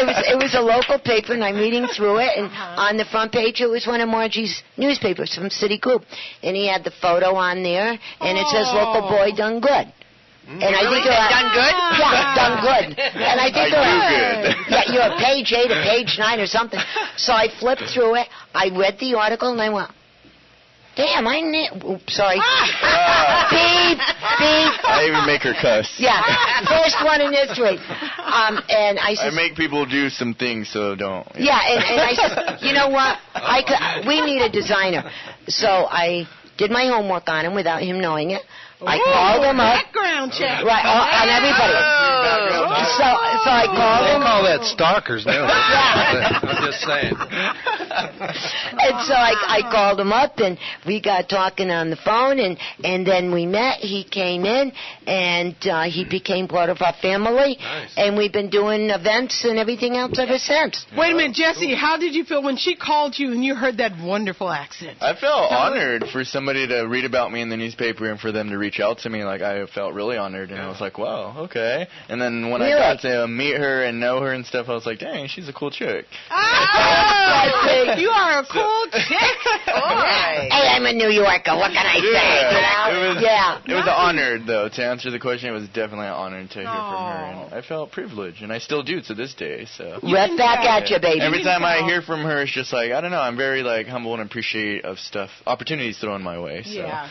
Speaker 14: it was it was a local paper, and I'm reading through it, and on the front page it was one of Margie's newspapers from Citigroup, and he had the photo on there, and it says "Local Boy Done Good." And I
Speaker 15: Really?
Speaker 14: think they're
Speaker 15: Done good?
Speaker 14: Yeah, done good. And I think
Speaker 15: I
Speaker 14: they're
Speaker 15: do good.
Speaker 14: yeah, you're at page eight or page nine or something. So I flipped through it. I read the article and I went, "Damn, I ne- oops, sorry." beep, beep.
Speaker 13: I even make her cuss.
Speaker 14: Yeah, first one in history. Um, and I
Speaker 13: I
Speaker 14: said,
Speaker 13: make people do some things, so don't.
Speaker 14: yeah, and, and I said, you know what? I could, we need a designer. So I did my homework on him without him knowing it. I called him up.
Speaker 8: Oh, Background check.
Speaker 14: Right, oh, on everybody. So, so I called
Speaker 19: They
Speaker 14: him. Oh.
Speaker 19: call that stalkers now.
Speaker 14: Yeah.
Speaker 19: I'm just saying.
Speaker 14: and so I, I called him up and we got talking on the phone and and then we met. He came in and uh, he became part of our family. And we've been doing events and everything else ever since.
Speaker 8: Wait a minute, Jesse. How did you feel when she called you and you heard that wonderful accent?
Speaker 13: I felt honored for somebody to read about me in the newspaper and for them to reach out to me. Like I felt really honored, and I was like, "Wow, okay." And then when
Speaker 14: Really?
Speaker 13: I got to meet her and know her and stuff, I was like, "Dang, she's a cool chick."
Speaker 8: Oh, you are a cool chick.
Speaker 14: Hey, I'm a New Yorker. What can I say? You know?
Speaker 13: It was,
Speaker 14: yeah.
Speaker 13: It was an honor, though. To answer the question, it was definitely an honor to hear from her, and I felt privileged, and I still do to this day. So
Speaker 14: You Right can back tell. at ya, baby.
Speaker 13: Every
Speaker 14: You can
Speaker 13: time I
Speaker 14: tell.
Speaker 13: hear from her, it's just like I don't know. I'm very like humble and appreciative of stuff, opportunities thrown my way. So
Speaker 14: Yeah.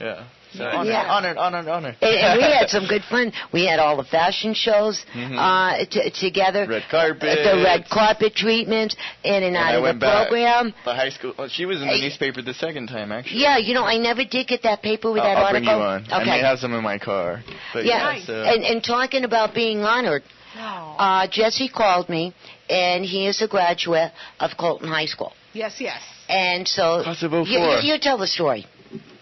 Speaker 13: yeah. So
Speaker 14: Yeah.
Speaker 13: honored,
Speaker 14: Yeah.
Speaker 13: honored, honored, honored.
Speaker 14: And, and we had some good fun. We had all the fashion shows
Speaker 13: Mhm.
Speaker 14: uh, t- together.
Speaker 13: Red carpet.
Speaker 14: The red carpet treatments in and
Speaker 13: When
Speaker 14: out
Speaker 13: I
Speaker 14: of
Speaker 13: went
Speaker 14: the
Speaker 13: back,
Speaker 14: program.
Speaker 13: The high school. Well, she was in the
Speaker 14: Hey.
Speaker 13: newspaper the second time, actually.
Speaker 14: Yeah, you know, I never did get that paper with
Speaker 13: I'll,
Speaker 14: that
Speaker 13: I'll bring
Speaker 14: article.
Speaker 13: you on. I may
Speaker 14: Okay.
Speaker 13: have some in my car. But uh,
Speaker 14: yeah,
Speaker 13: so-
Speaker 14: and, and talking about being honored, uh, Jesse called me, and he is a graduate of Colton High School.
Speaker 8: Yes, yes.
Speaker 14: And so you,
Speaker 13: four.
Speaker 14: you, you tell the story.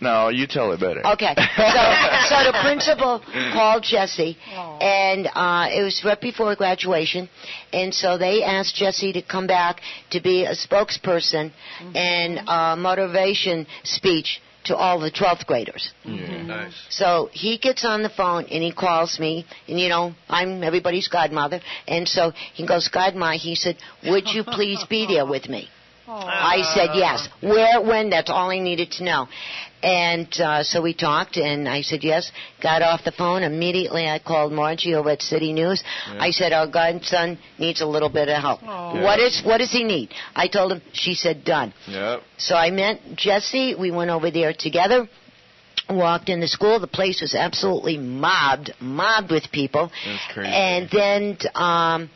Speaker 13: no, you tell it better.
Speaker 14: Okay. So, so the principal called Jesse, and uh, it was right before graduation, and so they asked Jesse to come back to be a spokesperson and uh, motivation speech to all the 12th graders. Mm-hmm.
Speaker 22: Nice.
Speaker 14: So he gets on the phone and he calls me, and you know, I'm everybody's godmother. And so he goes, Godma, he said, Would you please be there with me? I said yes. Where, when, that's all I needed to know. And uh, so we talked, and I said yes. Got off the phone. Immediately, I called Margie over at City News. I said, Our godson needs a little bit of help.
Speaker 22: Aw.
Speaker 14: What, is, what does he need? I told him. She said, Done.
Speaker 13: Yep.
Speaker 14: So I met Jesse. We went over there together. Walked in the school. The place was absolutely mobbed, mobbed with people.
Speaker 13: That's crazy.
Speaker 14: And then, um,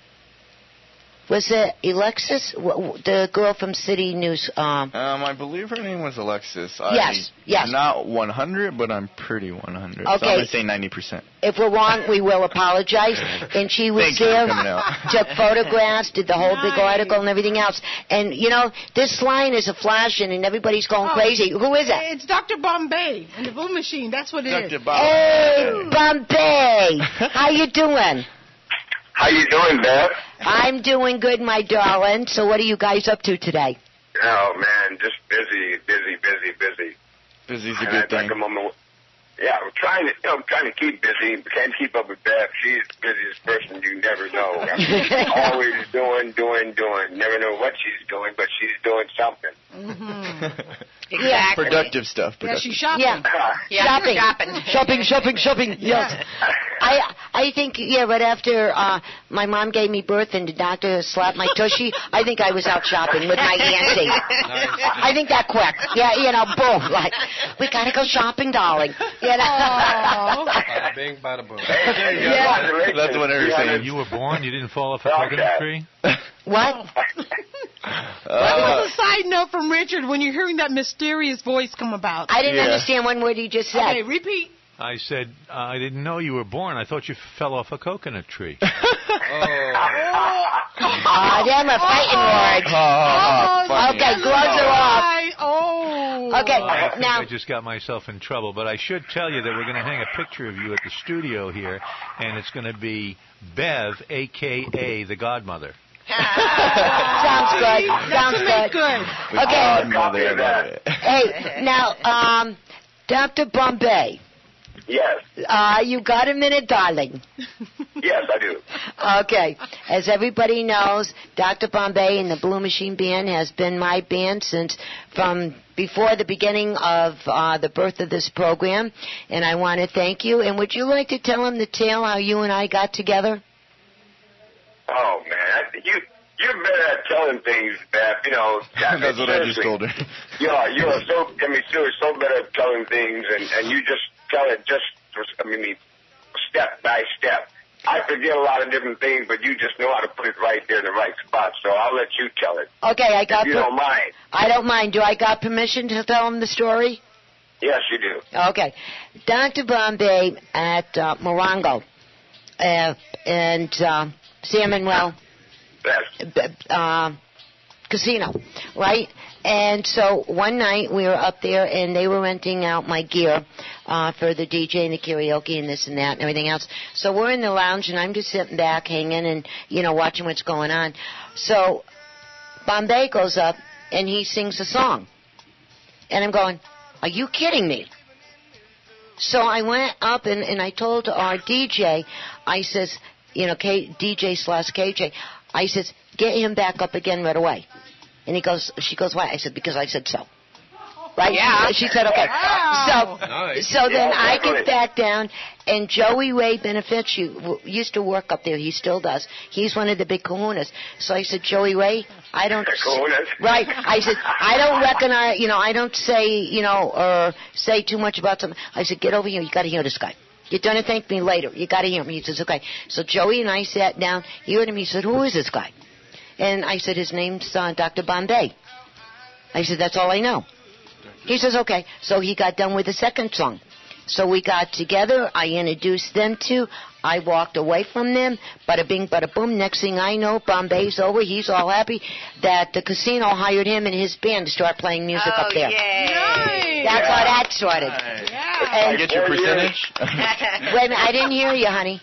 Speaker 14: was it Alexis, W- w- the girl from City News? Um,
Speaker 13: Um, I believe her name was Alexis. I,
Speaker 14: Yes, yes.
Speaker 13: Not 100, but I'm pretty 100. So I'm
Speaker 14: Okay.
Speaker 13: going to say 90%.
Speaker 14: if we're wrong, we will apologize. And she was
Speaker 13: Thank you for
Speaker 14: there,
Speaker 13: coming out.
Speaker 14: took photographs, did the whole big article and everything else. And you know, this line is a flashing, and everybody's going crazy. Who is it?
Speaker 8: Oh. It's Dr. Bombay and the Boom Machine. That's what it is.
Speaker 14: Hey, Bombay, how you doing?
Speaker 23: How you doing, Beth?
Speaker 14: I'm doing good, my darling. So what are you guys up to today?
Speaker 23: Oh man, just busy, busy, busy, busy.
Speaker 13: Busy's
Speaker 23: a good thing. yeah, I'm trying to. You know, I'm trying to keep busy. Can't keep up with Beth. She's the busiest person you never know. I'm always doing, doing, doing. Never know what she's doing, but she's doing something.
Speaker 14: Mm-hmm. Exactly.
Speaker 13: Productive stuff. Productive.
Speaker 14: shopping. Hmm.
Speaker 15: Yeah,
Speaker 14: Yeah, shopping.
Speaker 15: shopping.
Speaker 14: shopping, shopping, shopping. Yes. I I think yeah. Right after uh, my mom gave me birth and the doctor slapped my tushy, I think I was out shopping with my auntie. I think that quick. Yeah, you know, boom. Like we gotta go shopping, darling. You know.
Speaker 22: Bada bing, bada boom.
Speaker 13: That's what I was saying.
Speaker 17: You were born, you didn't fall off a coconut tree?
Speaker 14: What?
Speaker 8: Oh. That
Speaker 17: Uh.
Speaker 14: Uh,
Speaker 8: was a side note from Richard when you're hearing that mysterious voice come about.
Speaker 14: I didn't
Speaker 17: Yeah.
Speaker 14: understand one word you just said.
Speaker 8: Okay, repeat.
Speaker 17: I said, I didn't know you were born. I thought you fell off a coconut tree.
Speaker 14: Oh, Ah, them are fighting words. okay, gloves are off.
Speaker 8: Oh.
Speaker 14: Okay,
Speaker 17: I think
Speaker 14: now
Speaker 17: I just got myself in trouble, but I should tell you that we're going to hang a picture of you at the studio here, and it's going to be Bev, a.k.a. the godmother.
Speaker 14: sounds good. Sounds good. Okay. Hey, now, um, Dr. Bombay.
Speaker 23: Yes.
Speaker 14: Uh, you got a minute, darling.
Speaker 23: Yes, I do.
Speaker 14: Okay. As everybody knows, Dr. Bombay and the Blue Machine Band has been my band since from before the beginning of uh, the birth of this program. And I want to thank you. And would you like to tell him the tale how you and I got together?
Speaker 23: Oh man, I- you you're better at telling things, Beth. You know.
Speaker 13: That's what I just told her.
Speaker 23: You are you are so I mean Sue is so better at telling things and, and you just tell it just I mean step by step. I forget a lot of different things, but you just know how to put it right there in the right spot. So I'll let you tell it.
Speaker 14: Okay, I got.
Speaker 23: if you
Speaker 14: per-
Speaker 23: don't mind.
Speaker 14: I don't mind. Do I got permission to tell him the story?
Speaker 23: Yes, you do.
Speaker 14: Okay. Dr. Bombay at uh, Morongo uh, and uh, Salmon Well.
Speaker 23: Yes.
Speaker 14: b- Uh, casino, right? And so one night we were up there and they were renting out my gear uh, for the DJ and the karaoke and this and that and everything else. So we're in the lounge and I'm just sitting back hanging and, you know, watching what's going on. So Bombay goes up and he sings a song. And I'm going, are you kidding me? So I went up and, and I told our DJ, I says, you know, K, DJ slash KJ, I says, get him back up again right away. And he goes, she goes, why? I said, because I said so. Right?
Speaker 12: Yeah.
Speaker 14: She said, okay. So,
Speaker 12: Nice.
Speaker 14: so then
Speaker 12: Yeah,
Speaker 14: I
Speaker 12: definitely.
Speaker 14: get back down, and Joey Ray Benefits you w- used to work up there. He still does. He's one of the big kahunas. So I said, Joey Ray, I don't.
Speaker 23: Kahunas.
Speaker 14: Right. I said, I don't recognize, you know, I don't say, you know, or say too much about something. I said, get over here. You got to hear this guy. You're going to thank me later. You got to hear him. He says, okay. So Joey and I sat down. He heard him. He said, who is this guy? And I said, his name's uh, Dr. Bombay. I said, that's all I know. He says, okay. So he got done with the second song. So we got together. I introduced them to. I walked away from them. Bada bing, bada boom. Next thing I know, Bombay's over. He's all happy that the casino hired him and his band to start playing music up there. That's how that started.
Speaker 13: I get your
Speaker 23: Four years.
Speaker 13: percentage.
Speaker 14: Wait a minute, I didn't hear you, honey.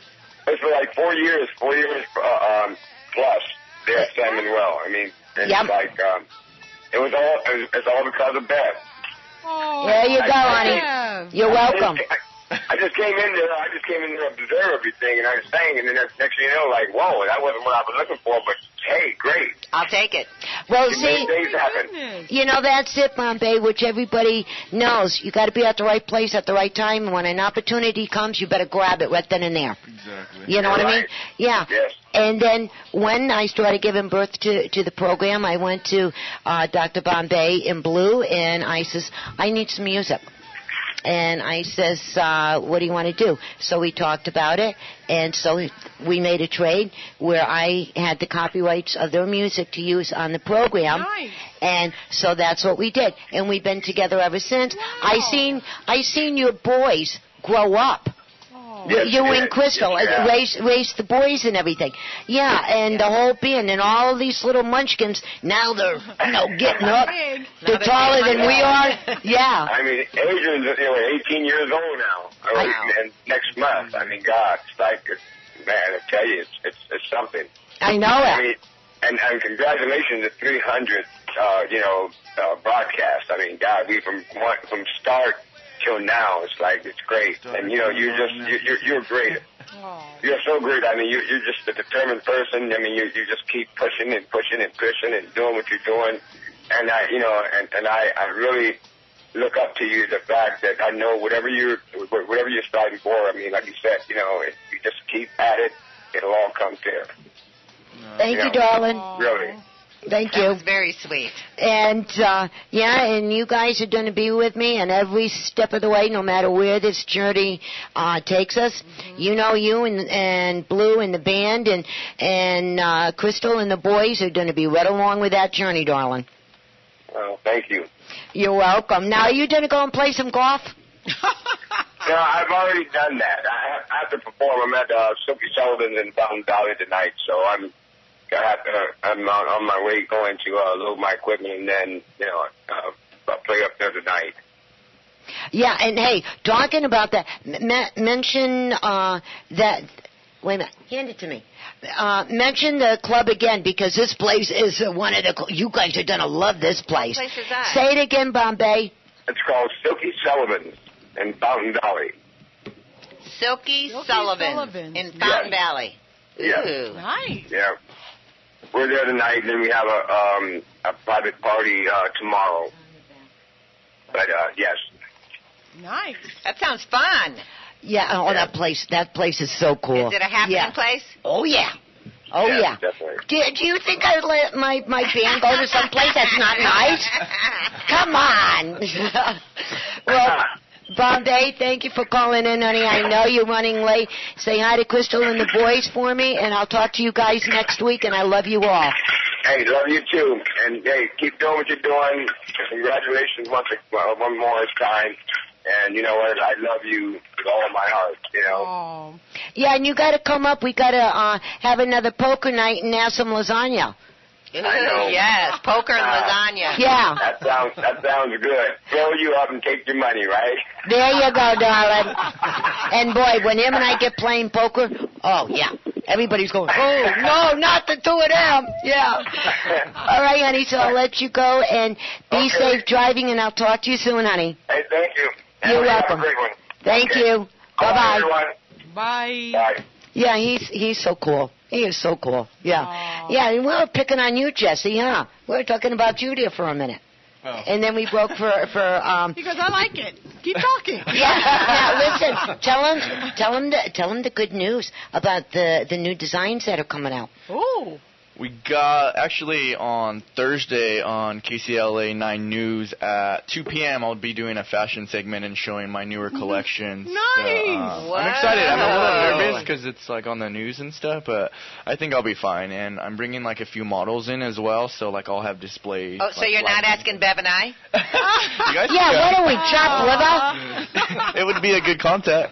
Speaker 23: It's for like four years, four years uh, um, plus there at San Manuel. I mean, it's
Speaker 14: Yep.
Speaker 23: like um, it was all it was, it's all because of Beth.
Speaker 14: there you go,
Speaker 23: I-
Speaker 14: honey. You're
Speaker 23: I just-
Speaker 14: welcome.
Speaker 23: I, I just came in there. I just came in there to observe everything, and I sang, and then next next thing you know, like, whoa, that wasn't what I was looking for, but hey, great.
Speaker 14: I'll take it. Well,
Speaker 23: You
Speaker 14: see,
Speaker 23: made things happen.
Speaker 14: You know, that's it, Bombay, which everybody knows. You got to be at the right place at the right time. And when an opportunity comes, you better grab it right then and there.
Speaker 12: Exactly.
Speaker 14: You know what I mean? Yeah.
Speaker 12: Yes.
Speaker 14: And then when I started giving birth to, to the program, I went to uh, Dr. Bombay in blue, and I says, I need some music. And I says, uh, what do you want to do? So we talked about it, and so we made a trade where I had the copyrights of their music to use on the program. And so that's what we did, and we've been together ever since. I seen I seen your boys grow up.
Speaker 8: Oh.
Speaker 12: Yes,
Speaker 14: you
Speaker 12: yes,
Speaker 14: and Crystal
Speaker 12: yes, yeah.
Speaker 14: uh, raised, raised the boys and everything. Yeah, and the whole band and all these little munchkins. Now they're you know getting up.
Speaker 12: Big. Now they're
Speaker 14: They're taller
Speaker 12: big.
Speaker 14: than we are. Yeah.
Speaker 23: I mean, Adrian's you know, 18 years old now, I mean, and next month. I mean, God, it's like, it's- man, I tell you, it's it's, it's something.
Speaker 14: I know
Speaker 23: I
Speaker 14: it.
Speaker 23: mean, and and congratulations to 300, uh, you know, uh, broadcast. I mean, God, we from one, from start till now, it's like it's great. And you know, you just you, you're you're great. You're so great. I mean, you, you're just a determined person. I mean, you you just keep pushing and pushing and pushing and doing what you're doing. And I, you know, and and I I really look up to you the fact that I know whatever you're whatever you're striving for. I mean, like you said, you know, if you just keep at it, it'll all come clear.
Speaker 14: Thank you,
Speaker 23: Yeah.
Speaker 14: darling.
Speaker 23: Really.
Speaker 14: Thank you. That was
Speaker 15: very sweet.
Speaker 14: And uh, yeah, and you guys are going to be with me, and every step of the way, no matter where this journey uh, takes us, you know, you and and Blue and the band and and uh, Crystal and the boys are going to be right along with that journey, darling.
Speaker 23: Well, thank you.
Speaker 14: You're welcome. Now, are you going to go and play some golf?
Speaker 23: No, I've already done that. I have, I have to perform. I'm at uh, Silky Sullivan's in Fountain Valley tonight, so I'm I have to, I'm on, on my way going to uh, load my equipment and then you know uh, I'll play up there tonight.
Speaker 14: Yeah, and hey, talking about that, m- me- mention uh, that. Wait a minute, hand it to me. Uh, mention the club again because this place is uh, one of the. cl- You guys are gonna love this place.
Speaker 23: place is that?
Speaker 14: Say it again, Bombay.
Speaker 23: It's called Silky Sullivan's in Fountain Valley.
Speaker 15: Silky, Sullivan, in Fountain Valley.
Speaker 23: Yeah.
Speaker 15: Ooh. Nice.
Speaker 23: Yeah. We're there tonight, and then we have a um, a private party uh, tomorrow. But uh, yes,
Speaker 15: Nice. That sounds fun.
Speaker 14: Yeah, oh, that place. That place is so cool.
Speaker 15: Is it a happening
Speaker 14: yeah.
Speaker 15: place?
Speaker 14: Oh yeah. Oh
Speaker 15: Yes,
Speaker 14: yeah. Do, do you think I let my my band go to some place that's not nice? Come on. well, Bombay, thank you for calling in, honey. I know you're running late. Say hi to Crystal and the boys for me, and I'll talk to you guys next week. And I love you all.
Speaker 23: hey, love you too, and hey, keep doing what you're doing. Congratulations once ag- well, one more time, and you know what? I love you with all of my heart. You know.
Speaker 14: Yeah, and you got to come up. We got to uh, have another poker night and have some lasagna.
Speaker 23: I know.
Speaker 15: yes, poker and
Speaker 23: Ah.
Speaker 15: lasagna.
Speaker 23: That sounds that sounds good. Fill you up and take your money, right?
Speaker 14: There you go, darling. And boy, when him and I get playing poker, oh yeah, everybody's going, oh no, not the two of them. Yeah. All right, honey. So I'll let you go and be safe driving, and I'll talk to you soon, honey.
Speaker 23: Hey, thank you.
Speaker 14: You're
Speaker 23: Have a
Speaker 14: welcome.
Speaker 23: great one.
Speaker 14: Thank
Speaker 23: Okay.
Speaker 14: you. Bye bye.
Speaker 23: everyone.
Speaker 8: Bye.
Speaker 14: Yeah, he's he's so cool. He is so cool. Yeah. Yeah, and we were picking on you, Jesse, huh? We were talking about you there for a minute. And then we broke for for um
Speaker 8: He goes, I like it. Keep talking.
Speaker 14: yeah, now listen. Tell him, tell him, the, tell him the good news about the the new designs that are coming out.
Speaker 8: Oh.
Speaker 13: We got actually on Thursday on KCLA 9 News at 2 p.m. I'll be doing a fashion segment and showing my newer collections. Nice. I'm excited. I'm a little
Speaker 14: Mm-hmm. Wow.
Speaker 13: nervous because it's like on the news and stuff, but I think I'll be fine. And I'm bringing like a few models in as well, so like I'll have displays.
Speaker 15: Oh, so
Speaker 13: like,
Speaker 15: you're not
Speaker 13: lighting.
Speaker 15: asking Bev and I?
Speaker 13: You guys
Speaker 14: Yeah,
Speaker 13: can
Speaker 14: why
Speaker 13: go.
Speaker 14: don't we chop liver?
Speaker 13: It would be a good contact.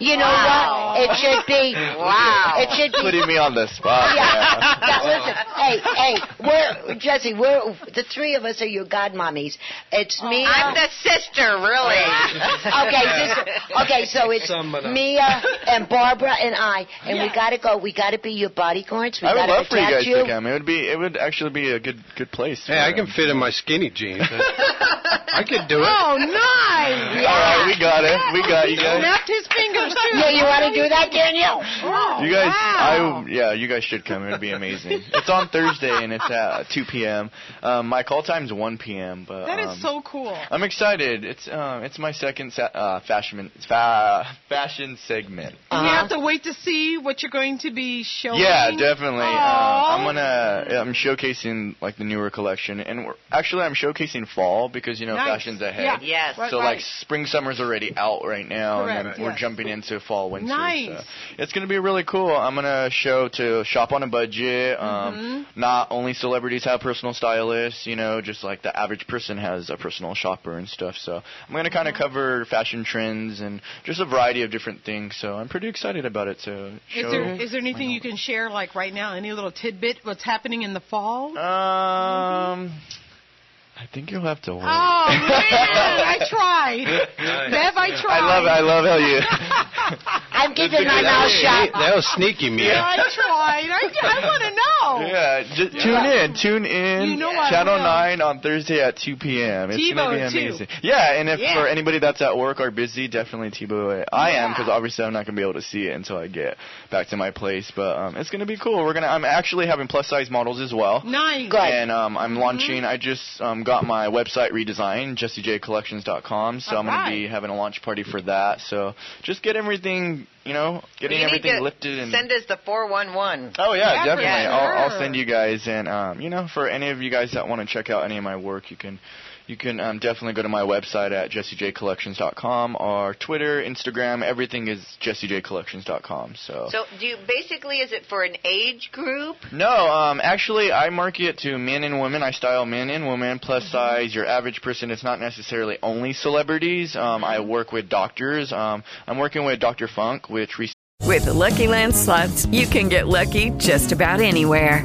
Speaker 14: You know what? It should be.
Speaker 15: Wow.
Speaker 14: It should be.
Speaker 13: Putting me on the spot.
Speaker 14: Yeah. Now, listen, hey, hey, we're Jesse. We're the three of us are your godmommies. It's Mia.
Speaker 15: Oh, I'm the sister, really.
Speaker 14: okay, sister. Okay, so it's
Speaker 15: Sum it up.
Speaker 14: Mia and Barbara and I, and we
Speaker 15: Yeah.
Speaker 14: gotta go. We gotta be your bodyguards. We
Speaker 13: I would
Speaker 14: gotta
Speaker 13: love for you
Speaker 14: protect
Speaker 13: guys to come. It would be it would actually be a good good place.
Speaker 19: Hey, I can fit in my skinny jeans. I could do it.
Speaker 8: Oh, nice.
Speaker 13: All right, we got it. We got you guys.
Speaker 8: Snapped his fingers, too.
Speaker 14: Yeah, you wanna do that, Danielle?
Speaker 8: Oh,
Speaker 13: You guys,
Speaker 8: wow.
Speaker 13: I yeah, you guys should come. It would be amazing. It's on Thursday and it's at 2 p.m. Um, my call time's 1 p.m. But
Speaker 8: That
Speaker 13: um,
Speaker 8: is so cool.
Speaker 13: I'm excited. It's um, it's my second sa- uh, fashion fa- fashion segment.
Speaker 8: We have to wait to see what you're going to be showing.
Speaker 13: Uh-huh. Yeah, definitely. Uh,
Speaker 8: Aw.
Speaker 13: I'm gonna. yeah, I'm showcasing like the newer collection, and we're, actually I'm showcasing fall because you know
Speaker 8: Nice.
Speaker 13: fashion's ahead.
Speaker 8: Yeah. Yes. Right,
Speaker 13: so
Speaker 8: right.
Speaker 13: like spring summer's already out right now, and
Speaker 8: Correct,
Speaker 13: then we're
Speaker 8: yes.
Speaker 13: jumping into fall winter. so
Speaker 8: Nice.
Speaker 13: it's gonna be really cool. I'm gonna show to shop on a budget. Um,
Speaker 8: Mm-hmm.
Speaker 13: Not only celebrities have personal stylists, you know, just like the average person has a personal shopper and stuff. So I'm gonna kind of cover fashion trends and just a variety of different things. So I'm pretty excited about it. So show.
Speaker 8: Is there, is there anything you can share, like right now? Any little tidbit? What's happening in the fall?
Speaker 13: Um, I think you'll have to
Speaker 8: Oh
Speaker 13: wait.
Speaker 8: man, I tried. Bev, I tried.
Speaker 13: I love, I love how you.
Speaker 14: I'm
Speaker 8: keeping my mouth shut.
Speaker 13: That was sneaky, Mia.
Speaker 8: Yeah, I tried. I, I want to know.
Speaker 13: Yeah, ju- tune in, tune in.
Speaker 8: You know I
Speaker 13: Channel
Speaker 8: will.
Speaker 13: 9 on Thursday at 2 p.m. It's going to be
Speaker 8: TiVo, too.
Speaker 13: amazing. Yeah, and if
Speaker 8: Yeah.
Speaker 13: for anybody that's at work or busy, definitely TiVo it. I am, because obviously I'm not going to be able to see it until I get back to my place. But um, it's going to be cool. We're gonna. I'm actually having plus size models as well.
Speaker 8: Nice. Mm-hmm.
Speaker 13: And um, I'm launching. I just um, got my website redesigned, jessejcollections.com. So I'm going
Speaker 15: Alright.
Speaker 13: to be having a launch party for that. So just get everything, you know, getting
Speaker 15: you need
Speaker 13: everything
Speaker 15: to
Speaker 13: lifted and
Speaker 15: send us the 411.
Speaker 13: Oh yeah, definitely. I'll, I'll
Speaker 15: sure.
Speaker 13: send you guys, and um, you know, for any of you guys that want to check out any of my work, you can, you can um, definitely go to my website at jessejcollections.com or Twitter, Instagram. Everything is jessejcollections.com. So.
Speaker 15: So, do you, basically, is it for an age group?
Speaker 13: no, um, actually, I market to men and women. I style men and women, plus size, your average person. It's not necessarily only celebrities. Um, I work with doctors. Um, I'm working with Dr. Funk, which recently.
Speaker 20: With the Lucky Land slots, you can get lucky just about anywhere.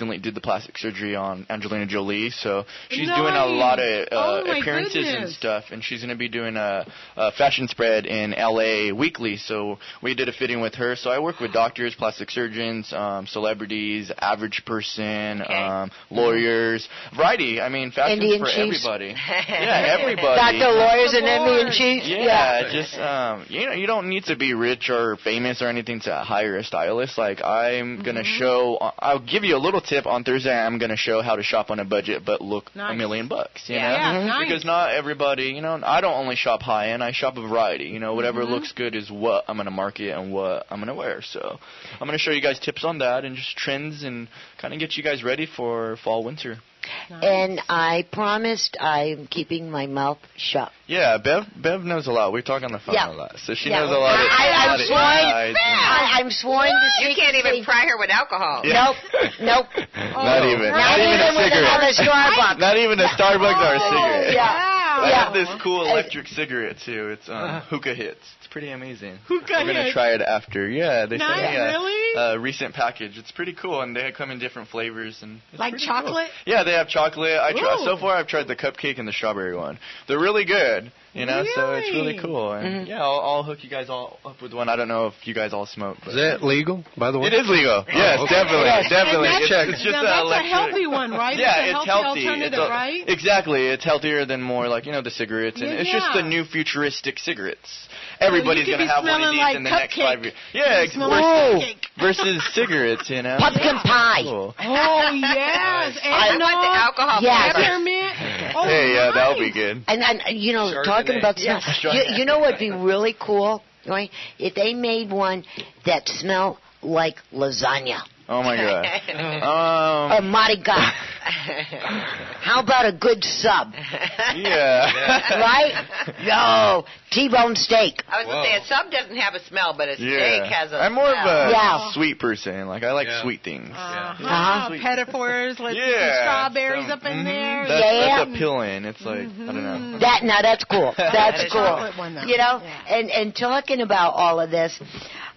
Speaker 13: recently did the plastic surgery on Angelina Jolie, so she's
Speaker 17: Nice.
Speaker 13: doing a lot of uh,
Speaker 17: Oh, my
Speaker 13: appearances and
Speaker 17: goodness.
Speaker 13: stuff, and she's going to be doing a, a fashion spread in LA weekly. So we did a fitting with her. So I work with doctors, plastic surgeons, um, celebrities, average person, um, lawyers, variety. I mean, fashion
Speaker 14: Indian
Speaker 13: for
Speaker 14: chiefs.
Speaker 13: everybody. yeah, everybody.
Speaker 14: Doctor lawyers and Indian chiefs.
Speaker 13: Yeah, just um, you know, you don't need to be rich or famous or anything to hire a stylist. Like I'm gonna
Speaker 14: Mm-hmm.
Speaker 13: show, I'll give you a little tip on Thursday. I'm gonna show how to shop on a budget but look a
Speaker 17: Nice.
Speaker 13: million bucks. You
Speaker 17: Yeah.
Speaker 13: know, Mm-hmm.
Speaker 17: Yeah, Mhm. nice.
Speaker 13: because not everybody, you know, I don't only shop high end. I shop a variety. You know, whatever
Speaker 17: Mhm.
Speaker 14: Mm-hmm.
Speaker 13: looks good is what I'm gonna market and what I'm gonna wear. So I'm gonna show you guys tips on that and just trends and kind of get you guys ready for fall winter.
Speaker 14: And I promised I'm keeping my mouth shut.
Speaker 13: Yeah, Bev Bev knows a lot. We talk on the phone
Speaker 14: Yeah.
Speaker 13: a lot, so she
Speaker 14: Yeah.
Speaker 13: knows a lot. Of,
Speaker 14: I,
Speaker 13: a
Speaker 14: I'm
Speaker 13: lot of
Speaker 14: sworn.
Speaker 13: insides and-
Speaker 14: I, I'm sworn to
Speaker 15: You can't even pry her with alcohol.
Speaker 13: Yeah.
Speaker 14: Nope. Nope.
Speaker 13: Oh, not even. Not, even,
Speaker 14: even
Speaker 13: a
Speaker 14: with
Speaker 13: cigarette.
Speaker 14: another Starbucks. Oh,
Speaker 13: not even a Starbucks or a cigarette.
Speaker 14: Yeah.
Speaker 13: I
Speaker 14: Yeah.
Speaker 13: have this cool electric cigarette too. It's um, hookah hits. It's pretty amazing.
Speaker 8: Uh. Hookah
Speaker 13: We're gonna
Speaker 8: hits.
Speaker 13: try it after. Yeah, they
Speaker 8: Nice,
Speaker 13: sent me a,
Speaker 8: really?
Speaker 13: a recent package. It's pretty cool, and they come in different flavors and it's
Speaker 8: Like
Speaker 13: pretty
Speaker 8: chocolate?
Speaker 13: Cool. Yeah, they have chocolate. I try,
Speaker 8: Ooh.
Speaker 13: so far I've tried the cupcake and the strawberry one. They're really good. You know, so it's
Speaker 8: Really?
Speaker 13: really cool.
Speaker 8: Mhm.
Speaker 13: And Yeah, I'll, I'll hook you guys all up with one. I don't know if you guys all smoke. But
Speaker 19: Is that legal, by the way?
Speaker 13: It is
Speaker 19: Oh,
Speaker 13: legal. Yes,
Speaker 19: okay.
Speaker 13: definitely,
Speaker 19: Yes.
Speaker 13: definitely.
Speaker 19: And
Speaker 13: It's,
Speaker 19: that's-
Speaker 13: it's just
Speaker 8: now
Speaker 13: an
Speaker 8: that's a
Speaker 13: electric-
Speaker 8: healthy one, right? It's
Speaker 13: Yeah,
Speaker 8: a
Speaker 13: it's
Speaker 8: healthy
Speaker 13: healthy. It's
Speaker 8: alternative, right?
Speaker 13: Exactly. It's healthier than more like you know the cigarettes, and
Speaker 8: Yeah,
Speaker 13: it's just
Speaker 8: yeah.
Speaker 13: the new futuristic cigarettes.
Speaker 8: So you
Speaker 13: Everybody's
Speaker 8: could
Speaker 13: gonna
Speaker 8: be
Speaker 13: have one of
Speaker 8: smelling
Speaker 13: these
Speaker 8: like
Speaker 13: in the next
Speaker 8: cupcake.
Speaker 13: five years. Yeah,
Speaker 8: You
Speaker 13: ex-
Speaker 8: smell
Speaker 13: versus,
Speaker 8: like
Speaker 13: versus cigarettes, you know.
Speaker 14: Pumpkin pie.
Speaker 13: Cool.
Speaker 8: Oh yes, and
Speaker 14: I want the alcohol Yes. flavor.
Speaker 8: peppermint. Oh,
Speaker 13: hey, yeah, that'll be
Speaker 8: nice.
Speaker 13: good.
Speaker 14: And, and you know,
Speaker 13: Chardonnay.
Speaker 14: talking about
Speaker 13: Yeah.
Speaker 14: smell,
Speaker 13: Chardonnay.
Speaker 14: you, you know what'd be really cool, right? If they made one that smelled like lasagna.
Speaker 13: Oh my god. Um,
Speaker 14: Oh my God! How about a good sub?
Speaker 13: yeah.
Speaker 14: right? Yo, T-bone steak.
Speaker 15: I was gonna say a sub doesn't have a smell, but a steak has a.
Speaker 13: I'm more of a
Speaker 15: smell.
Speaker 13: sweet person. Like I like sweet things.
Speaker 8: Uh-huh.
Speaker 13: Uh-huh.
Speaker 8: Pedophores, let's put some
Speaker 13: Yeah, mm-hmm.
Speaker 8: strawberries up in there.
Speaker 13: That's, that's appealing. It's like I don't know.
Speaker 14: That Mm-hmm. now that's cool. That's
Speaker 13: is
Speaker 14: cool.
Speaker 13: chocolate one, though.
Speaker 14: you know, and and talking about all of this,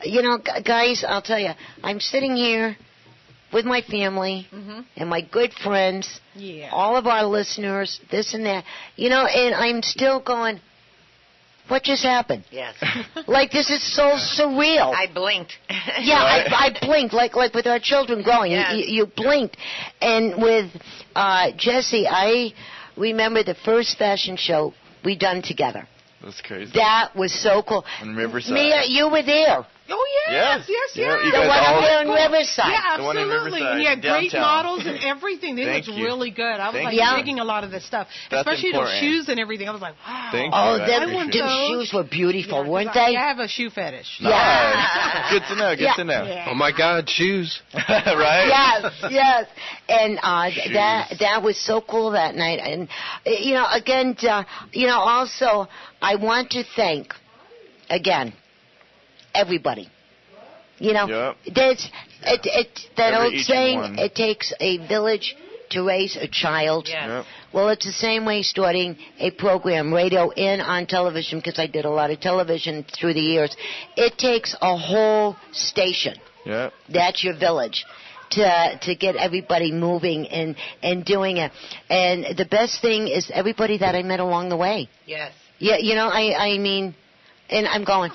Speaker 14: you know, gu- guys, I'll tell you, I'm sitting here with my family
Speaker 13: Mm-hmm.
Speaker 14: and my good friends,
Speaker 8: Yeah.
Speaker 14: all of our listeners, this and that, you know, and I'm still going, what just happened?
Speaker 15: Yes.
Speaker 14: Like this is so surreal.
Speaker 15: I blinked.
Speaker 14: yeah, I, I blinked like like with our children growing. you-
Speaker 15: Yes.
Speaker 14: You, you blinked, and with uh, Jesse, I remember the first fashion show we done together.
Speaker 13: That's crazy.
Speaker 14: That was so cool.
Speaker 13: On Riverside.
Speaker 14: Mia, you were there.
Speaker 8: Oh yes, yes,
Speaker 13: Yeah,
Speaker 8: yes.
Speaker 13: you guys
Speaker 14: The one
Speaker 13: all-
Speaker 14: up there in Riverside.
Speaker 8: Yeah,
Speaker 13: The one in
Speaker 8: absolutely.
Speaker 13: Riverside,
Speaker 8: And he had great
Speaker 13: downtown.
Speaker 8: models and everything. They
Speaker 13: Thank
Speaker 8: looked
Speaker 13: you.
Speaker 8: really good. I was
Speaker 13: Thank
Speaker 8: like
Speaker 13: you.
Speaker 8: digging a lot of this stuff,
Speaker 13: That's
Speaker 8: especially
Speaker 13: important.
Speaker 8: those shoes and everything. I was like, wow.
Speaker 13: Thank
Speaker 14: Oh,
Speaker 13: you. I
Speaker 14: them
Speaker 13: appreciate
Speaker 14: them
Speaker 13: it.
Speaker 14: shoes were beautiful, weren't
Speaker 8: I,
Speaker 14: they?
Speaker 8: I have a shoe fetish.
Speaker 13: Nice. Good to know. Good
Speaker 14: Yeah.
Speaker 13: to know.
Speaker 8: Yeah.
Speaker 13: Oh my God, shoes. right.
Speaker 14: Yes, yes, and uh, that that was so cool that night, and uh, you know, again, uh, you know, also I want to thank again everybody. You know, there's it, it, that
Speaker 13: Every
Speaker 14: old
Speaker 13: each
Speaker 14: saying:
Speaker 13: one.
Speaker 14: it takes a village to raise a child. Well, it's the same way starting a program, radio and on television, because I did a lot of television through the years. It takes a whole station.
Speaker 13: Yeah.
Speaker 14: That's your village. To, to get everybody moving and, and doing it. And the best thing is everybody that I met along the way.
Speaker 15: Yes.
Speaker 14: Yeah, you know, I, I mean, and I'm going,